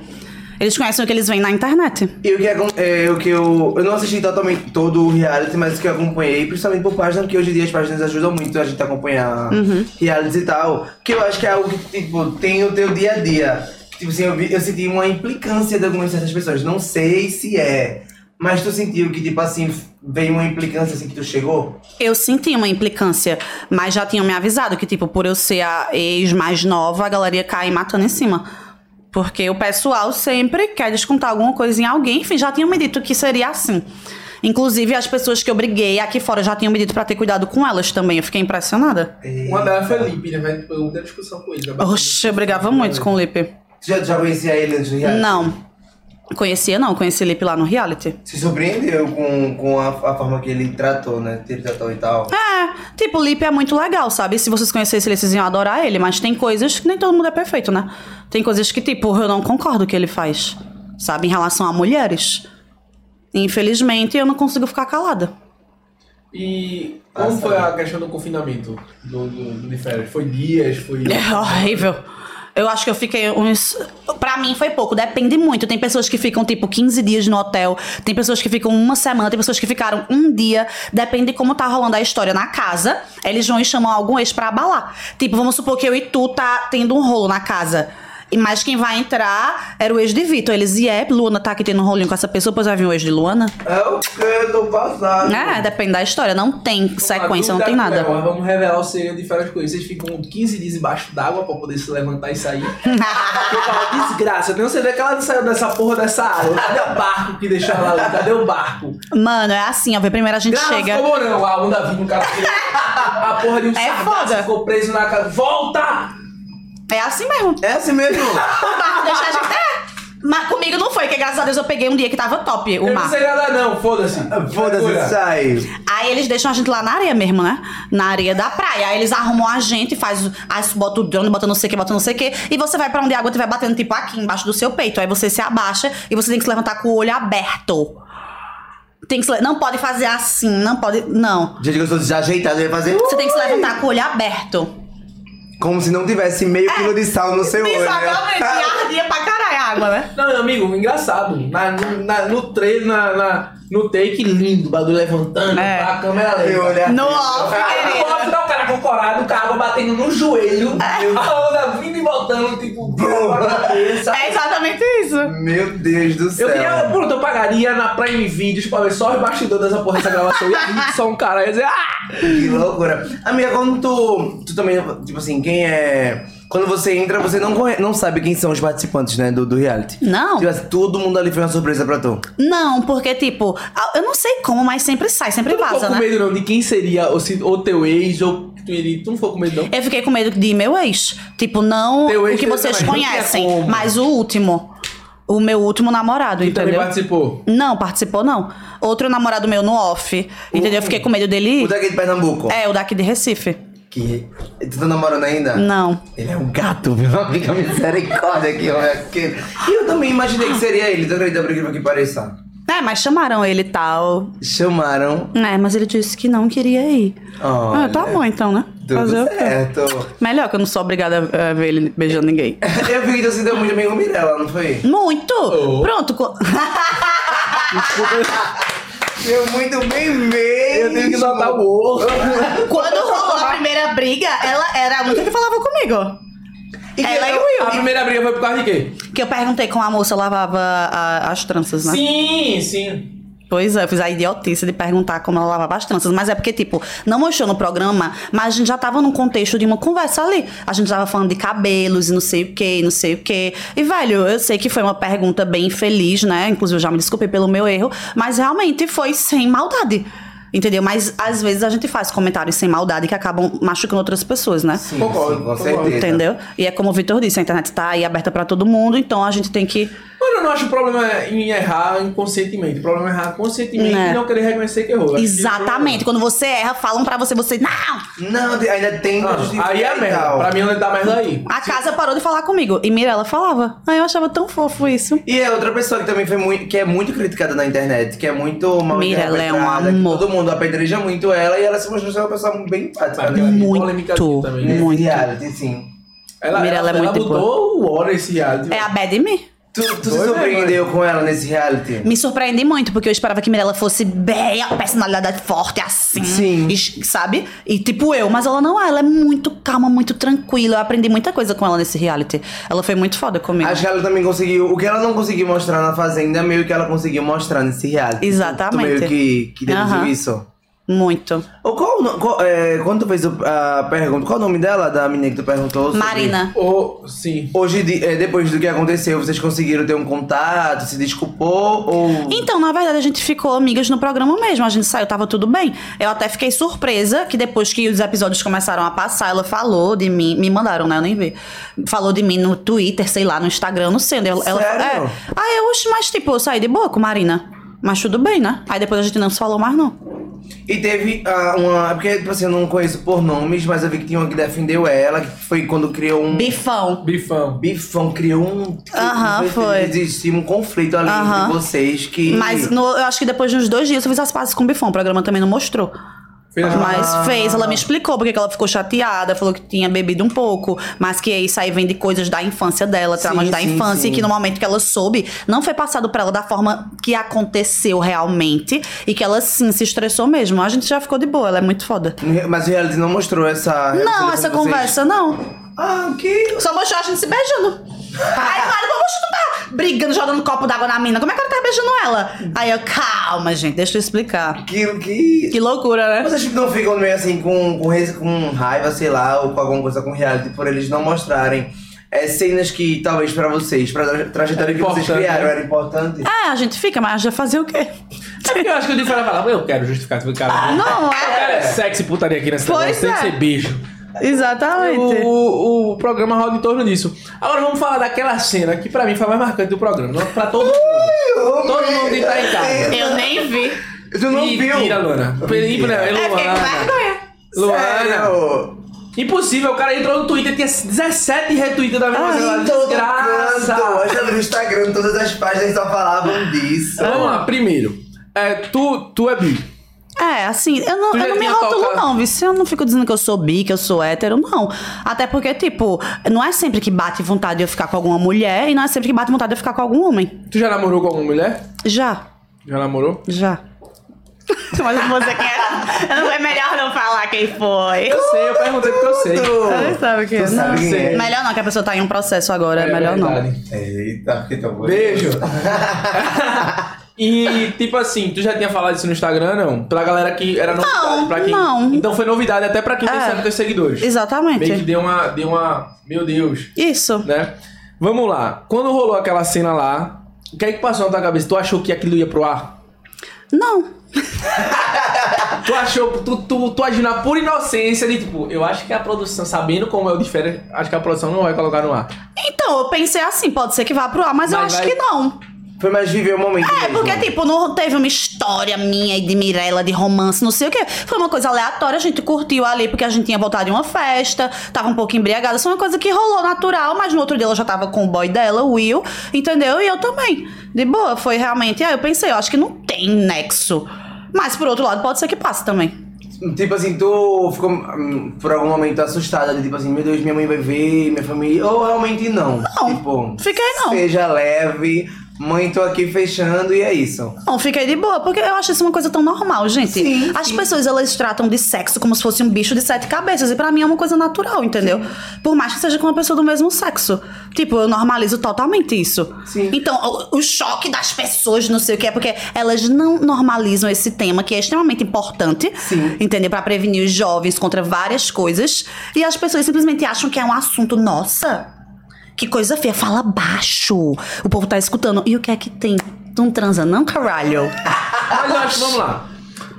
Speaker 4: Eles conhecem o que eles veem na internet.
Speaker 2: E o que, acon- é, o que eu. Eu não assisti totalmente todo o reality, mas o que eu acompanhei, principalmente por página, porque hoje em dia as páginas ajudam muito a gente a acompanhar
Speaker 4: Uhum.
Speaker 2: realities e tal. Que eu acho que é algo que, tipo, tem o teu dia a dia. Tipo assim, eu, vi- eu senti uma implicância de algumas dessas pessoas. Não sei se é. Mas tu sentiu que, tipo assim, veio uma implicância assim que tu chegou?
Speaker 4: Eu senti uma implicância, mas já tinham me avisado que, tipo, por eu ser a ex mais nova, a galera ia cair matando em cima. Porque o pessoal sempre quer descontar alguma coisa em alguém. Enfim, já tinham me dito que seria assim. Inclusive, as pessoas que eu briguei aqui fora já tinham me dito pra ter cuidado com elas também. Eu fiquei impressionada.
Speaker 1: Uma delas foi Lipe, né? Vai ter muita discussão com ele. né?
Speaker 4: Oxe, eu brigava muito com o Lipe.
Speaker 2: Tu já, já conhecia ele antes do reality?
Speaker 4: Não. Conhecia não, conheci o Lipe lá no reality.
Speaker 2: Se surpreendeu com, com a, a forma que ele tratou, né? Ele tratou e tal.
Speaker 4: É, tipo, o Lipe é muito legal, sabe? Se vocês conhecessem ele, vocês iam adorar ele, mas tem coisas que nem todo mundo é perfeito, né? Tem coisas que, tipo, eu não concordo que ele faz, sabe? Em relação a mulheres. Infelizmente, eu não consigo ficar calada.
Speaker 1: E como
Speaker 2: Ah,
Speaker 1: foi
Speaker 2: sabe.
Speaker 1: a questão do confinamento do, do, de férias? Foi dias? Foi.
Speaker 4: É horrível. Eu acho que eu fiquei uns. Pra mim foi pouco, depende muito. Tem pessoas que ficam, tipo, 15 dias no hotel, tem pessoas que ficam uma semana, tem pessoas que ficaram um dia. Depende de como tá rolando a história na casa. Eles vão e chamam algum ex pra abalar. Tipo, vamos supor que eu e tu tá tendo um rolo na casa. E mais quem vai entrar era o ex de Vitor. Eles, e é, Luana tá aqui tendo um rolinho com essa pessoa, pois vai vir o ex de Luana.
Speaker 2: É o que do passado.
Speaker 4: É, depende da história. Não tem sequência,
Speaker 1: A
Speaker 4: não
Speaker 1: dúvida
Speaker 4: tem
Speaker 1: é
Speaker 4: nada.
Speaker 1: qual? vamos revelar o segredo de férias com isso. Vocês ficam 15 dias embaixo d'água pra poder se levantar e sair. Porque fala, desgraça, eu tenho certeza que ela não saiu dessa porra dessa água. Cadê o barco que deixou ela ali? Cadê o barco?
Speaker 4: Mano, é assim, ó. vê, Primeiro a gente
Speaker 1: Graças
Speaker 4: chega.
Speaker 1: como não, a onda vindo, o cara. A porra de um
Speaker 4: É
Speaker 1: sargaço
Speaker 4: foda.
Speaker 1: ficou preso na casa. Volta!
Speaker 4: É assim mesmo.
Speaker 2: É assim mesmo.
Speaker 4: O barco deixa a gente. É. Mas comigo não foi, porque graças a Deus eu peguei um dia que tava top o
Speaker 1: Eu não
Speaker 4: mar.
Speaker 1: sei nada, não, foda-se.
Speaker 2: Foda-se,
Speaker 1: Mergulha.
Speaker 2: sai.
Speaker 4: Aí eles deixam a gente lá na areia mesmo, né? Na areia da praia. Aí eles arrumam a gente, faz, aí bota o drone, bota não sei o que, bota não sei o que. E você vai pra onde a água estiver batendo, tipo aqui embaixo do seu peito. Aí você se abaixa e você tem que se levantar com o olho aberto. Tem que se le- Não pode fazer assim, não pode. Não.
Speaker 2: Gente, que eu sou desajeitado, eu ia fazer.
Speaker 4: Você tem que se
Speaker 2: "Ui!"
Speaker 4: levantar com o olho aberto.
Speaker 2: Como se não tivesse meio quilo de sal no seu olho. né?
Speaker 4: Exatamente. E ardia pra caralho a água, né?
Speaker 1: Não, meu amigo, engraçado. Na, na- no trailer, na, na- no take, lindo, o bagulho levantando,
Speaker 4: É.
Speaker 1: a câmera
Speaker 2: Eu
Speaker 1: lenta.
Speaker 2: olhar-
Speaker 4: No off,
Speaker 1: Aí
Speaker 4: querida.
Speaker 1: no off tá o cara com corado, o cara batendo no joelho,
Speaker 4: É.
Speaker 1: a onda vindo e voltando, tipo, na cabeça.
Speaker 4: É exatamente isso.
Speaker 2: Meu Deus do céu.
Speaker 1: Eu queria, pronto, eu pagaria na Prime Videos pra ver só os bastidores dessa porra dessa gravação. E aí só um cara ia dizer, ah!
Speaker 2: Que loucura. Amiga, quando tu, tu também, tipo assim, quem é. Quando você entra, você não, conhe- não sabe quem são os participantes, né, do, do reality.
Speaker 4: Não.
Speaker 2: Tipo assim, todo mundo ali foi uma surpresa pra tu.
Speaker 4: Não, porque, tipo, a- eu não sei como, mas sempre sai, sempre
Speaker 1: Tu não
Speaker 4: vaza,
Speaker 1: ficou com
Speaker 4: né?
Speaker 1: medo não de quem seria ou se- ou teu ex ou tu, ele, tu não ficou com medo não?
Speaker 4: Eu fiquei com medo de meu ex. Tipo, não
Speaker 1: Teu ex
Speaker 4: o que
Speaker 1: teve
Speaker 4: vocês
Speaker 1: também, não tinha
Speaker 4: conhecem,
Speaker 1: como.
Speaker 4: mas o último. O meu último namorado,
Speaker 1: Também
Speaker 4: entendeu?
Speaker 1: participou.
Speaker 4: Não, participou não. Outro namorado meu no off, entendeu? Eu fiquei com medo dele.
Speaker 2: O daqui de Pernambuco.
Speaker 4: É, o daqui de Recife.
Speaker 2: Que. Tu tá namorando ainda?
Speaker 4: Não.
Speaker 2: Ele é um gato, viu? Amiga, misericórdia aqui, olha. Que... é E eu também imaginei que seria ele, tu acredita por incrível que pareça?
Speaker 4: É, mas chamaram ele e tal.
Speaker 2: Chamaram.
Speaker 4: É, mas ele disse que não queria ir.
Speaker 2: Olha,
Speaker 4: ah, tá bom então, né?
Speaker 2: Tudo
Speaker 4: o quê?
Speaker 2: certo.
Speaker 4: Melhor que eu não sou obrigada a a ver ele beijando ninguém.
Speaker 1: É.
Speaker 2: Eu vi que tu se deu muito bem com Mirella, não foi?
Speaker 4: Muito!
Speaker 1: Oh.
Speaker 4: Pronto. co-
Speaker 2: Deu muito bem mesmo.
Speaker 1: Eu tenho que notar o ovo.
Speaker 4: Quando rolou a primeira briga, ela era a única que falava comigo.
Speaker 2: E
Speaker 4: Ela
Speaker 2: que-
Speaker 4: e o Will.
Speaker 1: A primeira briga foi por causa de quê?
Speaker 4: Que eu perguntei como a moça lavava a- as tranças, né?
Speaker 1: Sim, sim.
Speaker 4: Pois é, eu fiz a idiotice de perguntar como ela lavava as tranças. Mas é porque, tipo, não mostrou no programa, mas a gente já tava num contexto de uma conversa ali. A gente tava falando de cabelos e não sei o que, não sei o que. E, velho, eu sei que foi uma pergunta bem infeliz, né? Inclusive, eu já me desculpei pelo meu erro, mas realmente foi sem maldade. Entendeu? Mas às vezes a gente faz comentários sem maldade que acabam machucando outras pessoas, né?
Speaker 2: Sim,
Speaker 1: Concordo,
Speaker 2: sim, com
Speaker 1: concordo.
Speaker 2: certeza.
Speaker 4: Entendeu? E é como o Vitor disse, a internet tá aí aberta pra todo mundo, então a gente tem que.
Speaker 1: Mano, eu não acho problema em errar inconscientemente. O problema é errar conscientemente
Speaker 4: Né.
Speaker 1: e não querer reconhecer que errou. Eu acho que esse é o
Speaker 4: Exatamente. Quando você erra, falam pra você, você. Não!
Speaker 2: Não, de- ainda tem.
Speaker 1: problema.
Speaker 2: de-
Speaker 1: Não, aí é
Speaker 2: e
Speaker 1: merda.
Speaker 2: tal.
Speaker 1: Pra mim, não dá merda aí.
Speaker 4: A casa parou de falar comigo. E Mirella falava. Aí eu achava tão fofo isso.
Speaker 2: E é outra pessoa que também foi muito, que é muito criticada na internet, que é muito mal
Speaker 4: Mirella é um
Speaker 2: interpretada, que
Speaker 4: amor.
Speaker 2: Todo mundo apedreja muito ela e ela se mostrou ser uma pessoa bem empática.
Speaker 1: Mas tem
Speaker 2: né?
Speaker 1: uma
Speaker 4: Muito.
Speaker 1: polêmica aqui também, né?
Speaker 2: Nesse
Speaker 4: muito.
Speaker 2: reality, sim.
Speaker 1: Ela,
Speaker 4: Mirella
Speaker 1: ela,
Speaker 4: é muito
Speaker 1: ela mudou o hora esse reality.
Speaker 4: É a Bad Me.
Speaker 2: Tu, tu se
Speaker 1: Doido,
Speaker 2: surpreendeu com ela nesse reality?
Speaker 4: Me surpreendi muito, porque eu esperava que Mirella fosse bem, a personalidade forte, assim.
Speaker 2: Sim.
Speaker 4: E- sabe? E tipo eu. Mas ela não é. Ela é muito calma, muito tranquila. Eu aprendi muita coisa com ela nesse reality. Ela foi muito foda comigo.
Speaker 2: Acho que ela também conseguiu. O que ela não conseguiu mostrar na Fazenda, meio que ela conseguiu mostrar nesse reality. Tu
Speaker 4: Exatamente.
Speaker 2: meio que, que deduziu
Speaker 4: Aham.
Speaker 2: isso.
Speaker 4: Muito.
Speaker 2: Ou qual o no- qual- é, quando tu fez a a pergunta, qual o nome dela, da menina que tu perguntou? sobre-
Speaker 4: Marina.
Speaker 1: Ou, sim.
Speaker 2: Hoje, de- é, depois do que aconteceu, vocês conseguiram ter um contato, se desculpou ou...
Speaker 4: Então, na verdade, a gente ficou amigas no programa mesmo. A gente saiu, tava tudo bem. Eu até fiquei surpresa que depois que os episódios começaram a passar, ela falou de mim. Me mandaram, né? Eu nem vi. Falou de mim no Twitter, sei lá, no Instagram, não sei. onde Ela, ela-
Speaker 2: Sério?
Speaker 4: é. Aí eu, "Oxe, mas tipo, eu saí de boa com Marina. Mas tudo bem, né? Aí depois a gente não se falou mais, não.
Speaker 2: E teve ah, uma... é Porque, tipo assim, eu não conheço por nomes, mas eu vi que tinha uma que defendeu ela, que foi quando criou um...
Speaker 4: Bifão.
Speaker 1: Bifão.
Speaker 2: Bifão, criou um...
Speaker 4: Aham, foi.
Speaker 2: Existia um conflito ali
Speaker 4: Aham.
Speaker 2: entre vocês que...
Speaker 4: Mas no- eu acho que depois de uns dois dias eu fiz as pazes com o Bifão. O programa também não mostrou.
Speaker 1: Fez as
Speaker 4: Mas fez, ela me explicou porque que ela ficou chateada, falou que tinha bebido um pouco, mas que isso aí vem de coisas da infância dela, traumas
Speaker 2: Sim,
Speaker 4: da
Speaker 2: sim,
Speaker 4: infância,
Speaker 2: sim.
Speaker 4: e que no momento que ela soube, não foi passado pra ela da forma que aconteceu realmente, e que ela sim se estressou mesmo. A gente já ficou de boa, ela é muito foda.
Speaker 2: Mas o reality não mostrou essa... relação
Speaker 4: Não,
Speaker 2: de
Speaker 4: essa
Speaker 2: vocês?
Speaker 4: conversa não.
Speaker 2: Ah, que...
Speaker 4: Só mostrou a gente se beijando. Aí, claro, vamos tá brigando, jogando copo d'água na mina. Como é que ela tá beijando ela? Aí eu, calma, gente, deixa eu explicar.
Speaker 2: Que... que...
Speaker 4: Que loucura, né?
Speaker 2: Vocês tipo, não ficam meio assim com, com, res- com raiva, sei lá, ou com alguma coisa com reality por eles não mostrarem é, cenas que talvez pra vocês, pra tra- trajetória
Speaker 1: É
Speaker 2: que vocês
Speaker 1: importante,
Speaker 2: criaram,
Speaker 1: né?
Speaker 2: era importante?
Speaker 4: É, a gente fica, mas já fazer o quê?
Speaker 1: É porque eu acho que o Dico vai falar, eu quero justificar esse cara.
Speaker 4: Não,
Speaker 1: O
Speaker 4: é.
Speaker 1: cara é sexy e putaria aqui nessa
Speaker 4: Pois
Speaker 1: Tem que
Speaker 4: é.
Speaker 1: ser beijo.
Speaker 4: Exatamente.
Speaker 1: O, o programa roda em torno disso. Agora vamos falar daquela cena que pra mim foi a mais marcante do programa. Pra todo mundo. todo mundo que tá em casa.
Speaker 4: Eu nem vi.
Speaker 2: Tu não viu?
Speaker 1: Mentira, Luana. Mentira.
Speaker 2: Mentira.
Speaker 4: É, fiquei com
Speaker 1: Luana.
Speaker 4: vergonha.
Speaker 1: Luana.
Speaker 2: Sério?
Speaker 1: Impossível, o cara entrou no Twitter, tinha 17 retweets da mesma cena.
Speaker 2: Em todo canto.
Speaker 1: Desgraça.
Speaker 2: Hoje eu vi no Instagram, todas as páginas só falavam disso.
Speaker 1: Vamos lá, primeiro. É, tu, tu é bi.
Speaker 4: É, assim, eu não,
Speaker 1: Tu já
Speaker 4: eu não me
Speaker 1: tinha
Speaker 4: rotulo,
Speaker 1: tocado?
Speaker 4: não, Vici. Eu não fico dizendo que eu sou bi, que eu sou hétero, não. Até porque, tipo, não é sempre que bate vontade de eu ficar com alguma mulher e não é sempre que bate vontade de eu ficar com algum homem.
Speaker 1: Tu já namorou com alguma mulher?
Speaker 4: Já,
Speaker 1: Já namorou?
Speaker 4: já. Mas eu não vou dizer quem é. não- É melhor não falar quem foi.
Speaker 1: Eu sei, eu perguntei porque eu sei.
Speaker 4: Você sabe quem é.
Speaker 2: Tu sabe quem
Speaker 1: sei.
Speaker 2: é?
Speaker 4: Melhor não, que a pessoa tá em um processo agora. É, melhor não.
Speaker 1: verdade.
Speaker 2: Eita, porque tão bonito.
Speaker 1: Beijo. e, tipo assim, tu já tinha falado isso no Instagram, não? Pra galera que era novidade.
Speaker 4: Não,
Speaker 1: pra quem...
Speaker 4: não.
Speaker 1: Então foi novidade até pra quem tem
Speaker 4: É.
Speaker 1: 70 seguidores. Meio que
Speaker 4: Exatamente.
Speaker 1: deu uma, deu uma... Meu Deus,
Speaker 4: Isso.
Speaker 1: né? Vamos lá. Quando rolou aquela cena lá, o que é que passou na tua cabeça? Tu achou que aquilo ia pro ar?
Speaker 4: Não.
Speaker 1: Tu achou... Tu, tu, tu agiu na pura inocência de, tipo... Eu acho que a produção, sabendo como é o de férias, acho que a produção não vai colocar no ar.
Speaker 4: Então, eu pensei assim, pode ser que vá pro ar, mas, eu
Speaker 1: Mas
Speaker 4: acho
Speaker 1: vai-
Speaker 4: que não.
Speaker 2: Foi mais viver o momento
Speaker 4: É,
Speaker 2: mesmo.
Speaker 4: porque, tipo, não teve uma história minha e de Mirella de romance, não sei o quê. Foi uma coisa aleatória, a gente curtiu ali porque a gente tinha voltado de uma festa, tava um pouco embriagada. Isso é uma coisa que rolou natural, mas no outro dia ela já tava com o boy dela, o Will, entendeu? E eu também. De boa, foi realmente. Aí eu pensei, eu acho que não tem nexo. Mas, por outro lado, pode ser que passe também.
Speaker 2: Tipo assim, tu ficou hum, por algum momento assustada, de tipo assim, meu Deus, minha mãe vai ver, minha família. Ou realmente não.
Speaker 4: Não,
Speaker 2: Tipo,
Speaker 4: fiquei não.
Speaker 2: Seja leve, mãe, tô aqui fechando e é isso.
Speaker 4: Não, fiquei de boa, porque eu acho isso uma coisa tão normal, gente.
Speaker 2: Sim,
Speaker 4: As
Speaker 2: sim.
Speaker 4: pessoas, elas tratam de sexo como se fosse um bicho de sete cabeças. E pra mim é uma coisa natural, entendeu? Por mais que seja com uma pessoa do mesmo sexo. Tipo, eu normalizo totalmente isso.
Speaker 2: Sim.
Speaker 4: Então, o, o choque das pessoas, não sei o que, é porque elas não normalizam esse tema, que é extremamente importante.
Speaker 2: Sim.
Speaker 4: Entendeu? Pra prevenir os jovens contra várias coisas. E as pessoas simplesmente acham que é um assunto, nossa... Que coisa feia, fala baixo. O povo tá escutando. E o que é que tem? Tu não transa, não, caralho?
Speaker 1: Ah, Mas eu acho, vamos lá.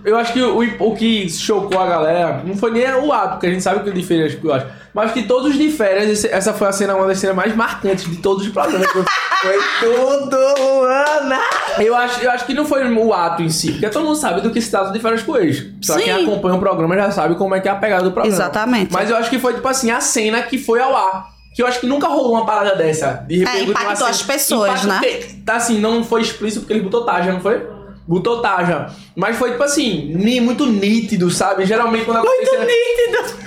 Speaker 1: Eu acho que o, o que chocou a galera não foi nem o ato, porque a gente sabe que o de férias que eu acho. Mas que todos de férias, esse- essa foi a cena, uma das cenas mais marcantes de todos os programas.
Speaker 2: Foi
Speaker 4: Ah!
Speaker 2: tudo, Luana!
Speaker 1: eu, acho, eu acho que não foi o ato em si, porque todo mundo sabe do que se trata de férias com ex. Só
Speaker 4: Sim.
Speaker 1: quem acompanha o programa já sabe como é que é a pegada do programa.
Speaker 4: Exatamente.
Speaker 1: Mas eu acho que foi, tipo assim, a cena que foi ao ar. Que eu acho que nunca rolou uma parada dessa. De repercutir uma
Speaker 4: É, impactou
Speaker 1: cena-
Speaker 4: as pessoas, né?
Speaker 1: te- Tá assim, não foi explícito porque ele botou taja, não foi? Botou taja. Mas foi, tipo assim, ni- muito nítido, sabe? Geralmente quando acontece... Muito nítido!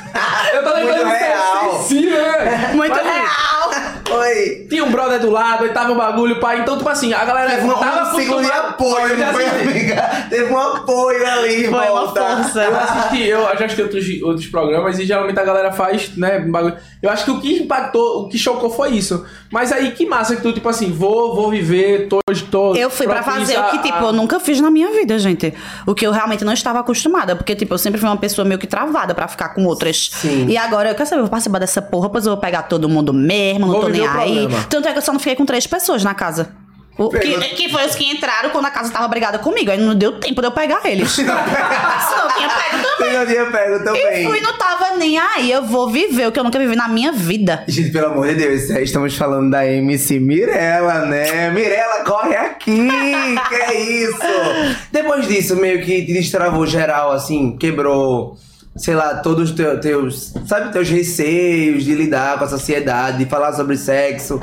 Speaker 1: Eu tô lembrando
Speaker 2: Muito
Speaker 1: de cena
Speaker 2: real.
Speaker 1: sensível, né?
Speaker 4: Muito
Speaker 1: Mas,
Speaker 4: real!
Speaker 2: Oi.
Speaker 1: Tinha um brother do lado, aí tava o bagulho, pá. Então, tipo assim, a galera
Speaker 2: Teve um,
Speaker 1: tava
Speaker 2: um ciclo de
Speaker 1: acostumada-
Speaker 2: apoio,
Speaker 1: Eu já
Speaker 2: não foi,
Speaker 1: assisti.
Speaker 2: amiga? Teve um apoio ali, em
Speaker 4: Foi uma
Speaker 2: volta.
Speaker 4: força.
Speaker 1: Eu assisti, eu já assisti outros, outros programas e geralmente a galera faz, né, um bagulho. Eu acho que o que impactou, o que chocou foi isso. Mas aí, que massa que tu, tipo assim, vou, vou viver, tô, tô...
Speaker 4: Eu fui pra
Speaker 1: propício
Speaker 4: fazer o que,
Speaker 1: a-
Speaker 4: tipo,
Speaker 1: a-
Speaker 4: eu nunca fiz na minha vida, gente. O que eu realmente não estava acostumada. Porque, tipo, eu sempre fui uma pessoa meio que travada pra ficar com outras.
Speaker 2: Sim.
Speaker 4: E agora, eu quero saber, eu vou participar dessa porra, pois eu vou pegar todo mundo mesmo, não
Speaker 1: Vou
Speaker 4: tô
Speaker 1: viver
Speaker 4: nem
Speaker 1: o
Speaker 4: aí.
Speaker 1: problema.
Speaker 4: Tanto é que eu só não fiquei com três pessoas na casa. O, que,
Speaker 2: Pegou-
Speaker 4: que foi os que entraram quando a casa tava brigada comigo. Aí não deu tempo de eu pegar eles. Senão eu tinha pego também.
Speaker 2: Tem um dia pego
Speaker 4: E fui,
Speaker 2: também.
Speaker 4: não tava nem aí. Eu vou viver o que eu nunca vivi na minha vida.
Speaker 2: Gente, pelo amor de Deus, é, estamos falando da MC Mirella, né? Mirella, corre aqui! que é isso? Depois disso, meio que te destravou geral, assim, quebrou, sei lá, todos os teu- teus, sabe, teus receios de lidar com a sociedade, de falar sobre sexo.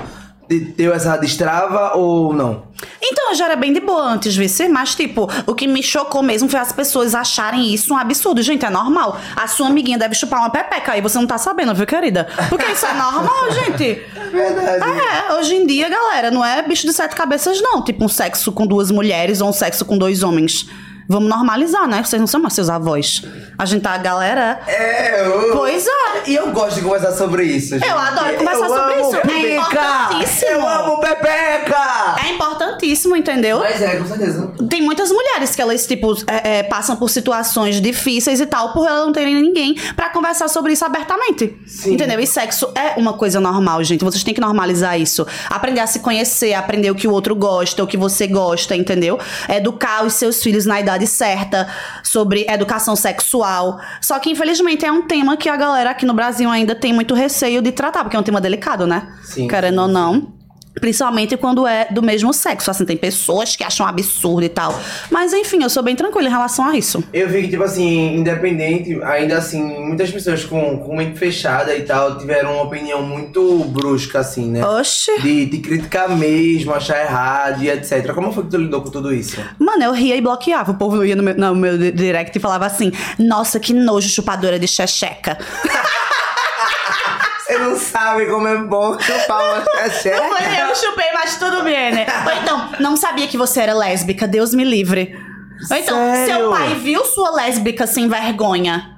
Speaker 2: Te- Deu essa destrava ou não?
Speaker 4: Então, eu já era bem de boa antes, vice, mas, tipo, o que me chocou mesmo foi as pessoas acharem isso um absurdo. Gente, é normal. A sua amiguinha deve chupar uma pepeca aí, você não tá sabendo, viu, querida? Porque isso é normal, gente.
Speaker 2: Verdade.
Speaker 4: É, hoje em dia, galera, não é bicho de sete cabeças, não. Tipo, um sexo com duas mulheres ou um sexo com dois homens. Vamos normalizar, né? Vocês não são mais seus avós. A gente tá, a galera.
Speaker 2: É, eu...
Speaker 4: Pois é.
Speaker 2: E eu gosto de conversar sobre isso, gente.
Speaker 4: Eu adoro conversar sobre
Speaker 2: amo
Speaker 4: isso. É
Speaker 2: Pepeca.
Speaker 4: importantíssimo.
Speaker 2: eu amo Pepeca!
Speaker 4: É importantíssimo, entendeu?
Speaker 2: Mas Ah. é, com certeza.
Speaker 4: Tem muitas mulheres que elas, tipo, é, é, passam por situações difíceis e tal, por elas não terem ninguém pra conversar sobre isso abertamente.
Speaker 2: Sim.
Speaker 4: Entendeu? E sexo é uma coisa normal, gente. Vocês têm que normalizar isso. Aprender a se conhecer, aprender o que o outro gosta, o que você gosta, entendeu? Educar os seus filhos na idade certa, sobre educação sexual. Só que, infelizmente, é um tema que a galera aqui no Brasil ainda tem muito receio de tratar, porque é um tema delicado, né?
Speaker 2: Sim.
Speaker 4: Querendo ou não. Principalmente quando é do mesmo sexo. Assim, tem pessoas que acham absurdo e tal. Mas enfim, eu sou bem tranquila em relação a isso.
Speaker 2: Eu vi que, tipo assim, independente, ainda assim, muitas pessoas com, com mente fechada e tal tiveram uma opinião muito brusca, assim, né?
Speaker 4: Oxi.
Speaker 2: De, de criticar mesmo, achar errado e etc. Como foi que tu lidou com tudo isso?
Speaker 4: Mano, eu ria e bloqueava. O povo ia no meu, no meu di- direct e falava assim: Nossa, que nojo, chupadora de xexeca.
Speaker 2: Você não sabe como é bom chupar uma
Speaker 4: Eu falei, eu chupei, mas tudo bem, né? Ou então, não sabia que você era lésbica, Deus me livre. Ou então,
Speaker 2: Sério?
Speaker 4: seu pai viu sua lésbica sem vergonha.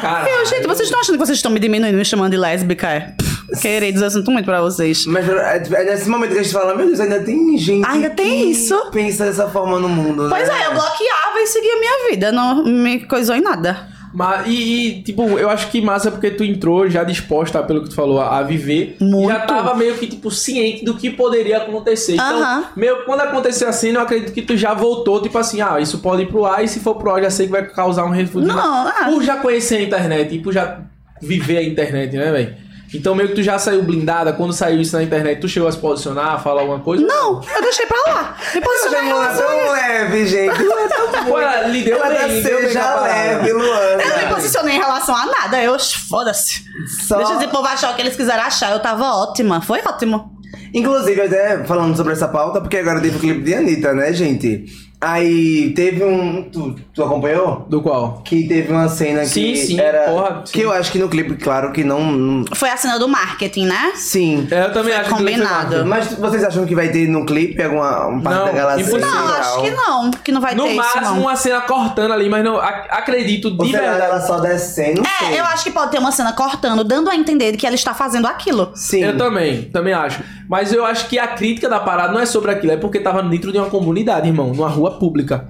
Speaker 1: Cara,
Speaker 4: Eu, gente, vocês estão achando que vocês estão me diminuindo, me chamando de lésbica? é? Pff, Queridos, eu sinto muito pra vocês.
Speaker 2: Mas é, é nesse momento que a gente fala, meu Deus, ainda tem gente
Speaker 4: Ainda tem
Speaker 2: que
Speaker 4: isso?
Speaker 2: pensa dessa forma no mundo,
Speaker 4: Pois
Speaker 2: né?
Speaker 4: é, eu bloqueava e seguia minha vida, não me coisou em nada.
Speaker 1: Mas, e, e, tipo, eu acho que massa porque tu entrou já disposta, pelo que tu falou, a a viver.
Speaker 4: Muito.
Speaker 1: E já tava meio que, tipo, ciente do que poderia acontecer. Então,
Speaker 4: Aham.
Speaker 1: meio, que quando acontecer assim, eu acredito que tu já voltou, tipo assim, ah, isso pode ir pro ar e se for pro ar, já sei que vai causar um refúgio.
Speaker 4: Não, ah.
Speaker 1: Por já conhecer a internet e por já viver a internet, né, velho? Então, meio que tu já saiu blindada, quando saiu isso na internet, tu chegou a se posicionar, a falar alguma coisa?
Speaker 4: Não, eu deixei pra lá.
Speaker 2: Essa
Speaker 4: Me posicionei em
Speaker 2: Luana é
Speaker 4: relação-
Speaker 2: tão leve, gente. Ela é tão
Speaker 1: Pô, ela lhe deu
Speaker 2: Ela
Speaker 1: bem,
Speaker 2: deve
Speaker 1: lhe deu
Speaker 2: ser
Speaker 1: bem na
Speaker 2: já
Speaker 1: parada.
Speaker 2: leve, Luana.
Speaker 4: Eu não me posicionei em relação a nada, eu foda-se.
Speaker 2: Só-
Speaker 4: Deixa esse povo achar o que eles quiseram achar, eu tava ótima, foi ótimo.
Speaker 2: Inclusive, até falando sobre essa pauta, porque agora teve o clipe de Anitta, né, gente? Aí teve um. Tu, tu acompanhou?
Speaker 1: Do qual?
Speaker 2: Que teve uma cena que
Speaker 1: Sim, sim,
Speaker 2: era.
Speaker 1: porra, sim.
Speaker 2: Que eu acho que no clipe, claro que não. não-
Speaker 4: Foi a cena do marketing, né?
Speaker 2: Sim.
Speaker 1: É, Eu também acho que
Speaker 4: combinado.
Speaker 2: Mas vocês acham que vai ter no clipe alguma uma parte
Speaker 1: Não,
Speaker 2: da galáxia?
Speaker 1: impossível.
Speaker 4: Não, acho que não, que não vai
Speaker 1: No
Speaker 4: ter isso
Speaker 1: máximo,
Speaker 4: não.
Speaker 1: uma cena cortando ali, mas não ac- acredito
Speaker 2: Ou
Speaker 1: de
Speaker 2: será
Speaker 1: verdade.
Speaker 2: ela só descendo? Não sei.
Speaker 4: É, eu acho que pode ter uma cena cortando, dando a entender de que ela está fazendo aquilo.
Speaker 2: Sim.
Speaker 1: Eu também, também acho. Mas eu acho que a crítica da parada não é sobre aquilo, é porque tava dentro de uma comunidade, irmão, numa rua pública.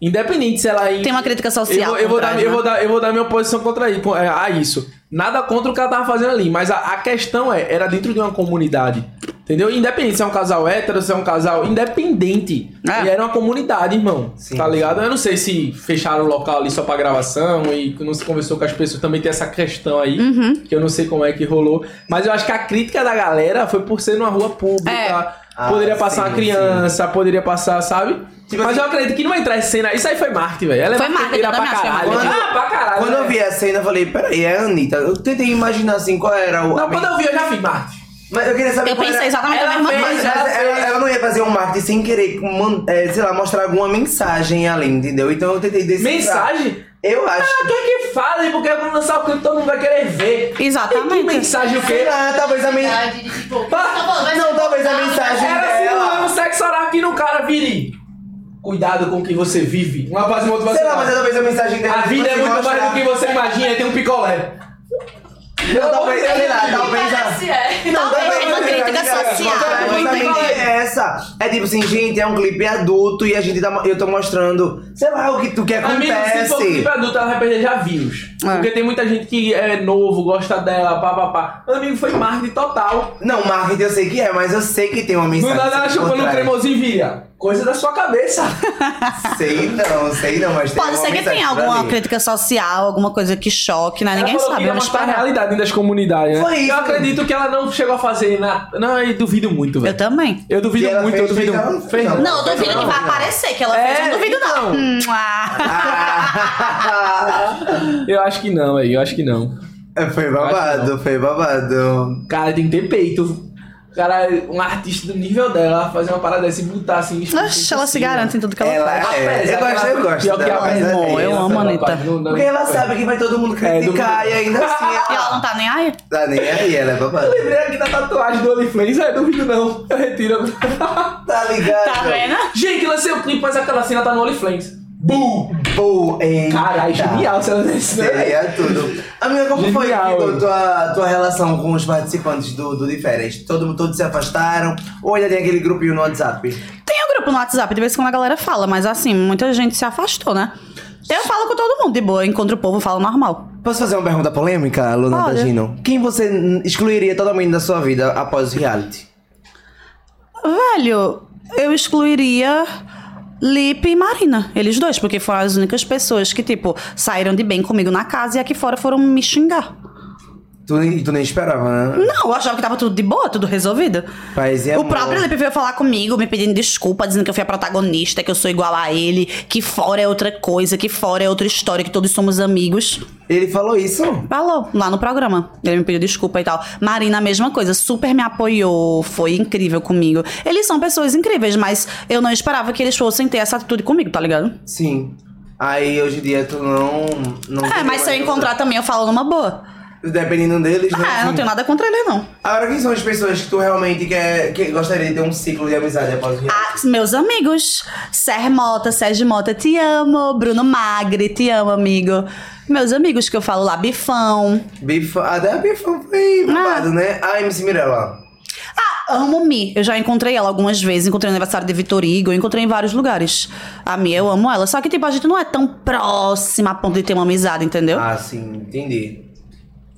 Speaker 1: Independente se ela. é
Speaker 4: Tem uma crítica social
Speaker 1: Eu vou, eu
Speaker 4: por
Speaker 1: vou
Speaker 4: trás,
Speaker 1: dar, eu,
Speaker 4: né?
Speaker 1: vou dar, eu vou dar minha oposição contra aí, co- é, a isso. Nada contra o que ela tava fazendo ali, mas a, a questão é, era dentro de uma comunidade. Entendeu? Independente se é um casal hétero, se é um casal independente.
Speaker 4: É.
Speaker 1: E era uma comunidade, irmão.
Speaker 2: Sim.
Speaker 1: Tá ligado? Eu não sei se fecharam o local ali só pra gravação e que não se conversou com as pessoas. Também tem essa questão aí,
Speaker 4: Uhum.
Speaker 1: que eu não sei como é que rolou. Mas eu acho que a crítica da galera foi por ser numa rua pública.
Speaker 4: É.
Speaker 2: Ah,
Speaker 1: Poderia passar
Speaker 2: sim,
Speaker 1: uma criança, poderia passar, sabe?
Speaker 2: Tipo
Speaker 1: Mas
Speaker 2: assim-
Speaker 1: eu acredito que não vai entrar em cena. Isso aí foi marketing, velho. Ela é
Speaker 4: Foi
Speaker 1: marqueteira
Speaker 4: marketing, eu
Speaker 1: pra
Speaker 4: também acho
Speaker 1: caralho.
Speaker 4: que é
Speaker 1: Ah,
Speaker 2: marketing.
Speaker 1: pra caralho.
Speaker 2: Quando eu vi a cena, eu falei, peraí, é a Anitta. Eu tentei imaginar assim qual era o.
Speaker 1: Não,
Speaker 2: a
Speaker 1: quando eu vi, eu já vi marketing.
Speaker 2: Mas eu queria saber
Speaker 4: Eu
Speaker 2: qual
Speaker 4: pensei
Speaker 2: era-
Speaker 4: exatamente a
Speaker 2: Ela
Speaker 4: mesma
Speaker 2: fez,
Speaker 4: coisa.
Speaker 2: mas
Speaker 1: Ela
Speaker 2: Ela,
Speaker 1: fez.
Speaker 2: ela não ia fazer um marketing sem querer, man- é, sei lá, mostrar alguma mensagem além, entendeu? Então eu tentei decifrar.
Speaker 1: Mensagem?
Speaker 2: Eu acho.
Speaker 1: Ah, quer que fale, porque quando lançar o canto todo mundo vai querer ver. E que
Speaker 4: Exatamente.
Speaker 1: mensagem o
Speaker 2: Sei
Speaker 1: quê?
Speaker 2: lá, talvez a mensagem...
Speaker 3: Verdade, de tipo,
Speaker 1: Pá,
Speaker 3: tá bom, vai
Speaker 2: não,
Speaker 3: ser
Speaker 2: talvez a
Speaker 3: voltado,
Speaker 2: mensagem-
Speaker 3: mas-
Speaker 1: Era assim,
Speaker 2: dela.
Speaker 1: simulando sexo oral aqui no cara vire. Cuidado com o que você vive. Uma paz e outra vai
Speaker 2: Sei lá,
Speaker 1: ser
Speaker 2: mas
Speaker 1: lá.
Speaker 2: talvez a mensagem dela...
Speaker 1: A
Speaker 2: de
Speaker 1: vida é
Speaker 2: você
Speaker 1: muito
Speaker 2: mostrar-
Speaker 1: mais do que você imagina e tem um picolé.
Speaker 2: Não, talvez, sei lá,
Speaker 3: Ih,
Speaker 2: talvez a...
Speaker 3: né? parece, é.
Speaker 2: Não,
Speaker 4: Talvez
Speaker 2: talvez
Speaker 4: seja uma
Speaker 2: seja
Speaker 4: crítica social.
Speaker 2: Mas
Speaker 1: Muito
Speaker 2: justamente
Speaker 1: bem.
Speaker 2: é essa. É tipo assim, gente, é um clipe adulto e a gente tá, eu tô mostrando, sei lá, o que, o que
Speaker 1: Amigo, se for
Speaker 2: acontece. Ah.
Speaker 1: clipe adulto, ela vai perder já views.
Speaker 4: É.
Speaker 1: Porque tem muita gente que é novo, gosta dela, pá, pá, pá. Amigo, foi marketing total.
Speaker 2: Não, marketing eu sei que é, mas eu sei que tem uma
Speaker 1: Do
Speaker 2: mensagem.
Speaker 1: nada ela
Speaker 2: por
Speaker 1: chupando um
Speaker 2: trás.
Speaker 1: cremosinho e vira. Coisa da sua cabeça.
Speaker 2: Ah, Sei não, sei não, mas tem
Speaker 4: Pode
Speaker 2: uma
Speaker 4: ser que
Speaker 2: mensagem
Speaker 4: tenha
Speaker 2: pra
Speaker 4: alguma
Speaker 2: mim.
Speaker 4: crítica social, alguma coisa que choque, né?
Speaker 1: Ela
Speaker 4: Ninguém
Speaker 1: falou que
Speaker 4: sabe.
Speaker 1: ia
Speaker 4: Vamos
Speaker 1: mostrar a
Speaker 4: esperar.
Speaker 1: realidade das comunidades, né?
Speaker 2: Foi isso.
Speaker 1: Eu acredito que ela não chegou a fazer nada. Não, eu duvido muito,
Speaker 4: Eu
Speaker 1: velho.
Speaker 4: também.
Speaker 1: Eu duvido
Speaker 2: Que ela
Speaker 1: muito,
Speaker 2: fez,
Speaker 1: eu duvido
Speaker 2: fez,
Speaker 1: muito.
Speaker 2: ela
Speaker 1: Fez
Speaker 2: não.
Speaker 4: Não, eu duvido que vai aparecer que ela fez.
Speaker 1: É,
Speaker 4: eu não duvido, não.
Speaker 1: então.
Speaker 4: Hum, ah.
Speaker 2: Ah,
Speaker 1: Eu acho que não, velho. Eu acho que não.
Speaker 2: foi babado, foi babado.
Speaker 1: Cara, tem que ter peito. Cara, um artista do nível dela fazer uma parada dessa e botar assim.
Speaker 4: Oxe, ela se garante em tudo que ela,
Speaker 2: Ela
Speaker 4: faz.
Speaker 2: é. Eu gosto, eu gosto.
Speaker 1: Pior que
Speaker 2: dela,
Speaker 1: a
Speaker 2: mas é
Speaker 1: irmão,
Speaker 4: eu
Speaker 2: isso.
Speaker 4: amo a Anitta.
Speaker 2: Porque ela sabe que vai todo mundo criticar
Speaker 1: É, do-
Speaker 2: e ainda assim
Speaker 4: E ela
Speaker 2: ela.
Speaker 4: não tá nem aí?
Speaker 2: Tá nem aí, ela é babada.
Speaker 1: Eu lembrei aqui da tatuagem do OnlyFans. É, duvido não. Eu retiro.
Speaker 2: Tá ligado?
Speaker 4: Tá vendo?
Speaker 1: Gente, lancei o clipe, mas aquela cena tá no OnlyFans. Bum!
Speaker 2: Pô, eita.
Speaker 1: Caralho, genial se ela desse, né?
Speaker 2: tá. Seria tudo. Amiga, como foi
Speaker 1: Genial.
Speaker 2: ficou tua, tua relação com os participantes do, do De Férias? Todo mundo, todos se afastaram? Ou ainda tem aquele grupinho no WhatsApp?
Speaker 4: Tem um grupo no WhatsApp, de vez em quando a galera fala, mas assim, muita gente se afastou, né? Eu falo com todo mundo de boa, encontro o povo, falo normal.
Speaker 2: Posso fazer uma pergunta polêmica, Luna
Speaker 4: Pode.
Speaker 2: Tagino? Quem você hum, excluiria totalmente da sua vida após o reality?
Speaker 4: Velho, eu excluiria Lipe e Marina, eles dois, porque foram as únicas pessoas que, tipo, saíram de bem comigo na casa e aqui fora foram me xingar.
Speaker 2: Tu nem, tu nem esperava, né?
Speaker 4: Não, eu achava que tava tudo de boa, tudo resolvido.
Speaker 2: Paz e
Speaker 4: o
Speaker 2: amor.
Speaker 4: próprio Lipe veio falar comigo, me pedindo desculpa, dizendo que eu fui a protagonista, que eu sou igual a ele, que fora é outra coisa, que fora é outra história, que todos somos amigos.
Speaker 2: Ele falou isso?
Speaker 4: Falou, lá no programa. Ele me pediu desculpa e tal. Marina, a mesma coisa, super me apoiou, foi incrível comigo. Eles são pessoas incríveis, mas eu não esperava que eles fossem ter essa atitude comigo, tá ligado?
Speaker 2: Sim. Aí hoje em dia tu não. não
Speaker 4: É,
Speaker 2: tem
Speaker 4: mas se eu
Speaker 2: mais-
Speaker 4: encontrar também, eu falo numa boa.
Speaker 2: Dependendo deles, né?
Speaker 4: Ah, eu não
Speaker 2: Sim.
Speaker 4: tenho nada contra ele, não.
Speaker 2: Agora, quem são as pessoas que tu realmente quer, que gostaria de ter um ciclo de amizade após o reality?
Speaker 4: Ah, meus amigos, Ser Mota, Sérgio Mota, te amo. Bruno Magri, te amo, amigo. Meus amigos que eu falo lá, Bifão.
Speaker 2: Bifa, até a Bifa foi babado, né? A MC Mirella.
Speaker 4: Ah, amo Mi. Eu já encontrei ela algumas vezes. Encontrei no aniversário de Vitor Hugo. Eu encontrei em vários lugares. A Mi, eu amo ela. Só que, tipo, a gente não é tão próxima a ponto de ter uma amizade, entendeu?
Speaker 2: Ah, sim, entendi.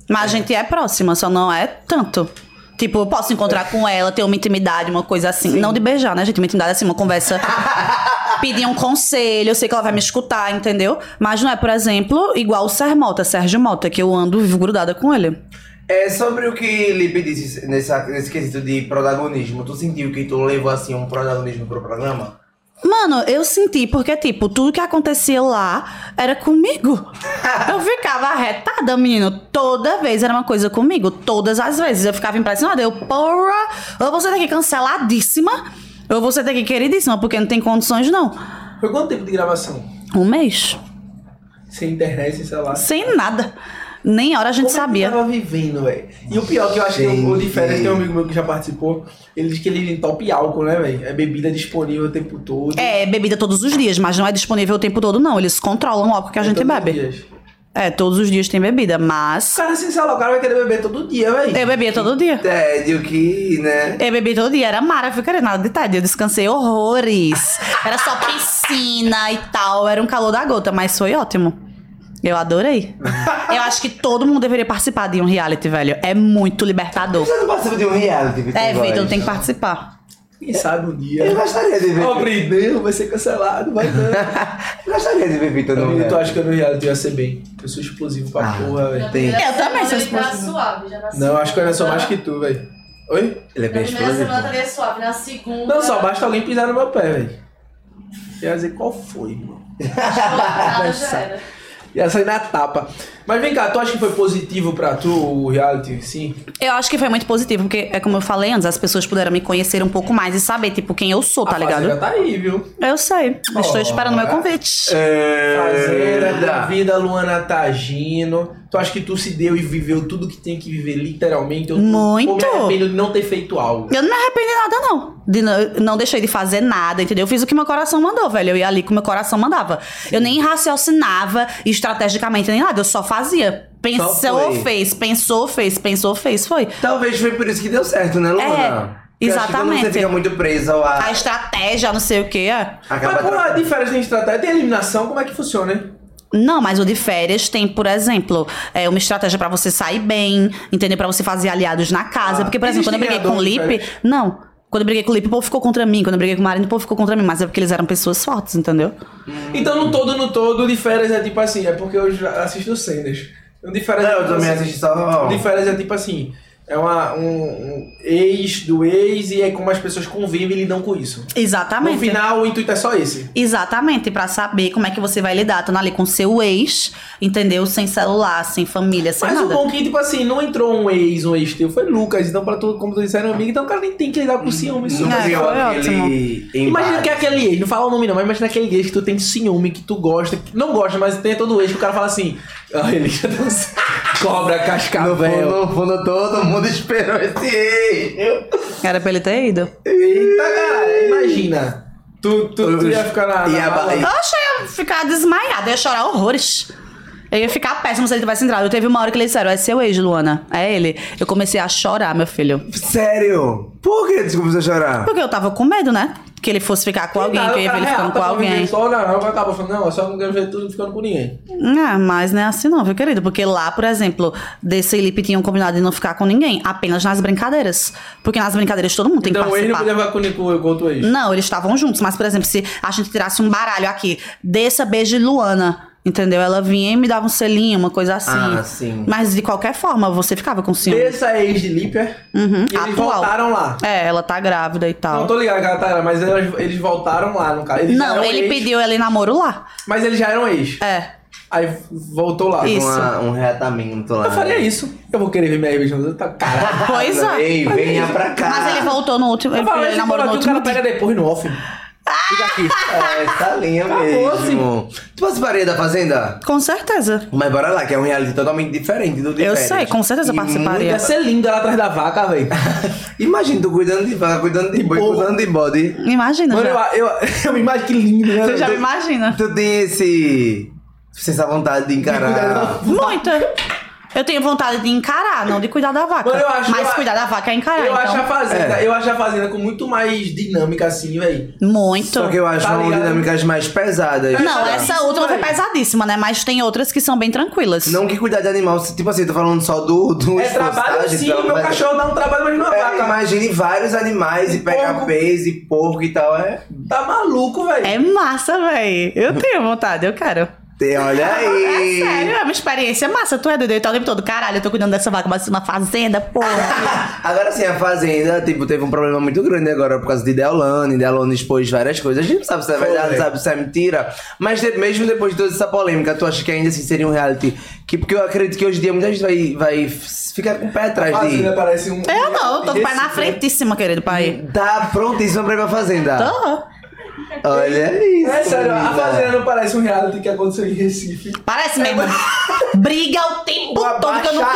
Speaker 4: Mas a gente é próxima, só não é tanto. Tipo, eu posso encontrar com ela, ter uma intimidade, uma coisa assim. Não de beijar, né, gente? Uma intimidade assim, uma conversa. pedir um conselho, eu sei que ela vai me escutar, entendeu? Mas não é, por exemplo, igual o Ser Mota, Sérgio Mota, que eu ando vivo grudada com ele.
Speaker 2: É sobre o que Lipe disse nessa, nesse quesito de protagonismo. Tu sentiu que tu levou assim um protagonismo pro programa?
Speaker 4: Mano, eu senti, porque, tipo, tudo que acontecia lá era comigo. Eu ficava arretada, menino. Toda vez era uma coisa comigo. Todas as vezes. Eu ficava impressionada. Eu, porra, eu vou sair daqui canceladíssima. Eu vou sair daqui queridíssima, porque não tem condições, não.
Speaker 1: Foi quanto tempo de gravação?
Speaker 4: Um mês.
Speaker 1: Sem internet, sem celular.
Speaker 4: Sem nada. Nem hora a gente
Speaker 1: Como é que
Speaker 4: sabia.
Speaker 1: tava vivendo, velho. E o pior é que eu achei que o de
Speaker 2: Gente.
Speaker 1: férias, tem um amigo meu que já participou, ele diz que ele entope álcool, né, velho? É bebida disponível o tempo todo.
Speaker 4: É bebida todos os dias, mas não é disponível o tempo todo, não. Eles controlam o álcool que a
Speaker 1: É
Speaker 4: gente
Speaker 1: todos os
Speaker 4: bebe.
Speaker 1: dias.
Speaker 4: É, todos os dias tem bebida,
Speaker 1: O
Speaker 4: mas.
Speaker 1: cara sem celular, o cara vai querer beber todo dia, velho.
Speaker 4: Eu bebia todo dia.
Speaker 2: Tédio que, né?
Speaker 4: Eu bebi todo dia, era mara, eu querendo nada de tarde. Eu descansei horrores. Era só piscina e tal. Era um calor da gota, mas foi ótimo. Eu adorei. Eu acho que todo mundo deveria participar de um reality, velho. É muito libertador.
Speaker 2: Você não participa de um reality, Vitor
Speaker 4: É,
Speaker 2: Voz?
Speaker 4: Vitor, tem que participar.
Speaker 1: Quem sabe um dia.
Speaker 2: Eu gostaria de ver.
Speaker 1: Ó, Brin, não, vai ser cancelado, vai não.
Speaker 2: Eu gostaria de ver Vitor no
Speaker 1: Eu tô
Speaker 2: reality.
Speaker 1: achando que eu reality ia ser bem. Eu sou explosivo pra
Speaker 2: é. Ah.
Speaker 1: porra, velho.
Speaker 2: Tem.
Speaker 3: Na primeira
Speaker 4: Eu também sou
Speaker 3: semana ele tá
Speaker 4: explosiva.
Speaker 3: suave, já na
Speaker 1: Não, acho que eu ainda sou
Speaker 3: segunda-
Speaker 1: mais que tu, velho. Oi?
Speaker 2: Ele é
Speaker 3: Na
Speaker 2: bem
Speaker 3: primeira
Speaker 2: explosivo.
Speaker 3: semana ele é suave, na segunda.
Speaker 1: Não, só basta alguém pisar no meu pé, velho. Eu ia dizer qual foi, mano.
Speaker 3: Nada já era.
Speaker 1: Ia sair na tapa. Mas vem cá, tu acha que foi positivo pra tu o reality, sim?
Speaker 4: Eu acho que foi muito positivo, porque é como eu falei antes, as pessoas puderam me conhecer um pouco mais e saber, tipo, quem eu sou, tá
Speaker 1: A Fazenda
Speaker 4: ligado?
Speaker 1: tá aí, viu?
Speaker 4: Eu sei. Estou esperando meu convite.
Speaker 2: É,
Speaker 1: Fazenda,
Speaker 2: Eita.
Speaker 1: Vida, Luana Tagino. Tu acha que tu se deu e viveu tudo que tem que viver, literalmente? Ou tu-
Speaker 4: Muito.
Speaker 1: Ou me arrependo de não ter feito algo?
Speaker 4: Eu não me arrependi de nada, não. De não. Não deixei de fazer nada, entendeu? Eu fiz o que meu coração mandou, velho. Eu ia ali que meu coração mandava. Eu nem raciocinava estrategicamente nem nada. Eu só fazia. Pensou,
Speaker 2: foi.
Speaker 4: fez. Pensou, fez. Pensou, fez. Foi.
Speaker 2: Talvez foi por isso que deu certo, né, Luana?
Speaker 4: É,
Speaker 2: Porque eu acho que Quando
Speaker 4: exatamente.
Speaker 2: você fica muito presa ao ar,
Speaker 4: A estratégia, não sei o quê. é.
Speaker 2: acaba
Speaker 1: Mas qual a
Speaker 2: atrapalhando.
Speaker 1: diferença tem estratégia? Tem eliminação, como é que funciona, hein?
Speaker 4: Não, mas o de férias tem, por exemplo, é, uma estratégia pra você sair bem, entendeu? Pra você fazer aliados na casa.
Speaker 1: Ah,
Speaker 4: porque, por exemplo, quando eu
Speaker 1: existe
Speaker 4: briguei com o
Speaker 1: ganhador de
Speaker 4: Lipe. Não. Quando eu briguei com o Lipe, o povo ficou contra mim. Quando eu briguei com o Marina, o povo ficou contra mim. Mas é porque eles eram pessoas fortes, entendeu?
Speaker 1: Então, no todo, no todo, de férias é tipo assim, é porque eu já assisto o Sanders. Então, de férias
Speaker 2: Não,
Speaker 1: é
Speaker 2: eu
Speaker 1: tipo
Speaker 2: também
Speaker 1: assim,
Speaker 2: assisti só.
Speaker 1: De férias é tipo assim, é uma, um, um ex do ex e é como as pessoas convivem e lidam com isso. No
Speaker 4: Exatamente.
Speaker 1: final, o intuito é só esse.
Speaker 4: Exatamente, pra saber como é que você vai lidar, estando ali com seu ex, entendeu? Sem celular, sem família, sem
Speaker 1: Mas o
Speaker 4: nada.
Speaker 1: bom que, tipo assim, não entrou um ex, um ex teu, foi Lucas. Então, pra tu, como tu disseram, amigo, então o cara nem tem que lidar com ciúme. isso
Speaker 2: Nunca
Speaker 4: É,
Speaker 2: viu
Speaker 4: foi ótimo.
Speaker 2: aquele
Speaker 1: Imagina
Speaker 2: embate.
Speaker 1: que é aquele ex, não fala o nome não, mas imagina aquele ex que tu tem ciúme, que tu gosta, que não gosta, mas tem todo ex que o cara fala assim, ah, ele já deu um cobra
Speaker 2: No
Speaker 1: cascavel.
Speaker 2: fundo, no fundo, todo mundo esperou esse ex.
Speaker 4: Era pra ele ter ido.
Speaker 1: Eita, cara, imagina. Tu, tu, tu
Speaker 2: Os-
Speaker 1: ia ficar na, na
Speaker 2: e a
Speaker 1: bala.
Speaker 2: bala-
Speaker 4: Oxe, eu ia ficar desmaiada, eu ia chorar horrores. Eu ia ficar péssimo se ele tivesse entrado. Eu teve uma hora que eles disseram, é seu ex, Luana. É ele. Eu comecei a chorar, meu filho.
Speaker 2: Sério? Por que desculpa você chorar?
Speaker 4: Porque eu tava com medo, né? Que ele fosse ficar com alguém,
Speaker 1: Nada,
Speaker 4: que eu ia
Speaker 1: o cara
Speaker 4: ver ele
Speaker 1: real,
Speaker 4: ficando
Speaker 1: tá
Speaker 4: com alguém.
Speaker 1: convivendo Só, não, não, acaba falando, não, eu só não quero ver tudo ficando com ninguém.
Speaker 4: É, mas não é assim não, viu, querido? Porque lá, por exemplo, desse e Lipe tinham combinado de não ficar com ninguém, apenas nas brincadeiras. Porque nas brincadeiras todo mundo tem que
Speaker 1: então ele
Speaker 4: participar. Hum,
Speaker 1: não podia ficar com o com outro ex.
Speaker 4: Não, eles estavam juntos, mas, por exemplo, se a gente tirasse um baralho aqui, dessa beijo de Luana, entendeu? Ela vinha e me dava um selinho, uma coisa assim.
Speaker 2: Ah, sim.
Speaker 4: Mas de qualquer forma, você ficava com ciúme.
Speaker 1: Terça é ex de Lípia.
Speaker 4: Uhum,
Speaker 1: E eles
Speaker 4: atual.
Speaker 1: voltaram lá.
Speaker 4: É, ela tá grávida e
Speaker 1: Não
Speaker 4: tal.
Speaker 1: tô ligado que ela tá lá, mas elas- eles voltaram lá no caso. Eles já
Speaker 4: Não,
Speaker 1: eram
Speaker 4: ele
Speaker 1: ex,
Speaker 4: pediu ela em namoro lá.
Speaker 1: Mas eles já eram ex.
Speaker 4: É.
Speaker 1: Aí voltou lá.
Speaker 4: Isso.
Speaker 2: Uma- um reatamento lá. né?
Speaker 1: Eu faria isso. Eu vou querer ver minha ex. Tá, caralho.
Speaker 4: Pois é.
Speaker 2: Ei, venha pra cá.
Speaker 4: Mas ele voltou no último. Ele,
Speaker 1: Eu falo,
Speaker 4: ele
Speaker 1: esse
Speaker 4: namorou
Speaker 1: cara
Speaker 4: no
Speaker 1: aqui, o
Speaker 4: último.
Speaker 1: cara pega depois no off. Fica aqui.
Speaker 2: É, essa linha
Speaker 1: Acabou, assim.
Speaker 2: mesmo. Tu participaria da Fazenda?
Speaker 4: dia. Com certeza.
Speaker 2: Mas bora lá, que é um reality totalmente diferente do de
Speaker 4: Eu
Speaker 2: férias.
Speaker 4: sei, com certeza eu
Speaker 2: E
Speaker 4: participaria.
Speaker 1: Ia ser linda lá atrás da vaca, velho.
Speaker 2: muito- Imagina, tu cuidando de vaca, cuidando de boi,
Speaker 1: Porra.
Speaker 2: cuidando de bode.
Speaker 4: Imagina,
Speaker 1: Mano, eu,
Speaker 4: já.
Speaker 1: eu, eu me imagino que lindo, né?
Speaker 4: Você já me imagina.
Speaker 2: Tu tem esse... Essa vontade de encarar...
Speaker 4: Muita. Eu tenho vontade de encarar, não de cuidar da vaca.
Speaker 1: Mano, eu acho-
Speaker 4: Mas
Speaker 1: eu a-
Speaker 4: cuidar da vaca é encarar,
Speaker 1: Eu
Speaker 4: então.
Speaker 1: acho a fazenda,
Speaker 2: É.
Speaker 1: eu acho a fazenda com muito mais dinâmica assim, velho.
Speaker 4: Muito.
Speaker 2: Só que eu acho
Speaker 1: Tá
Speaker 2: uma
Speaker 1: ligado?
Speaker 2: dinâmicas mais pesadas.
Speaker 4: Não,
Speaker 1: Pesadíssima,
Speaker 4: essa última foi
Speaker 1: velho.
Speaker 4: pesadíssima, né? Mas tem outras que são bem tranquilas.
Speaker 2: Não que cuidar de animal, tipo assim, tô falando só do... do
Speaker 1: É trabalho
Speaker 2: esforçado,
Speaker 1: sim,
Speaker 2: então,
Speaker 1: o meu
Speaker 2: mas-
Speaker 1: cachorro dá um trabalho, mas não é
Speaker 2: É,
Speaker 1: vaca.
Speaker 2: imagine vários animais e,
Speaker 1: E
Speaker 2: pegar
Speaker 1: porco.
Speaker 2: peixe, e porco e tal, é...
Speaker 1: Tá maluco, velho.
Speaker 4: É massa, véi. Eu tenho vontade, eu quero.
Speaker 2: Tem, olha aí.
Speaker 4: É sério, é uma experiência massa. Tu é doido, eu tô o tempo todo. Caralho, eu tô cuidando dessa vaca, mas na fazenda, porra.
Speaker 2: Agora sim, a Fazenda, tipo, teve um problema muito grande agora por causa de Deolane. Deolane expôs várias coisas. A gente não sabe se é
Speaker 1: Foi.
Speaker 2: verdade, sabe se é mentira. Mas de- mesmo depois de toda essa polêmica, tu acha que ainda assim seria um reality? Que, porque eu acredito que hoje em dia muita gente vai, vai f- ficar com o pé atrás de
Speaker 1: Fazenda parece um.
Speaker 4: Eu É, não, eu tô com o pai na
Speaker 1: Recife.
Speaker 4: frentíssima, querido pai.
Speaker 2: Tá prontíssima pra ir pra Fazenda.
Speaker 4: Tô.
Speaker 2: Olha isso.
Speaker 1: É sério, a
Speaker 2: menina.
Speaker 1: Fazenda não parece um reality que aconteceu em Recife.
Speaker 4: Parece mesmo. Briga o tempo
Speaker 1: Uma
Speaker 4: todo que eu nunca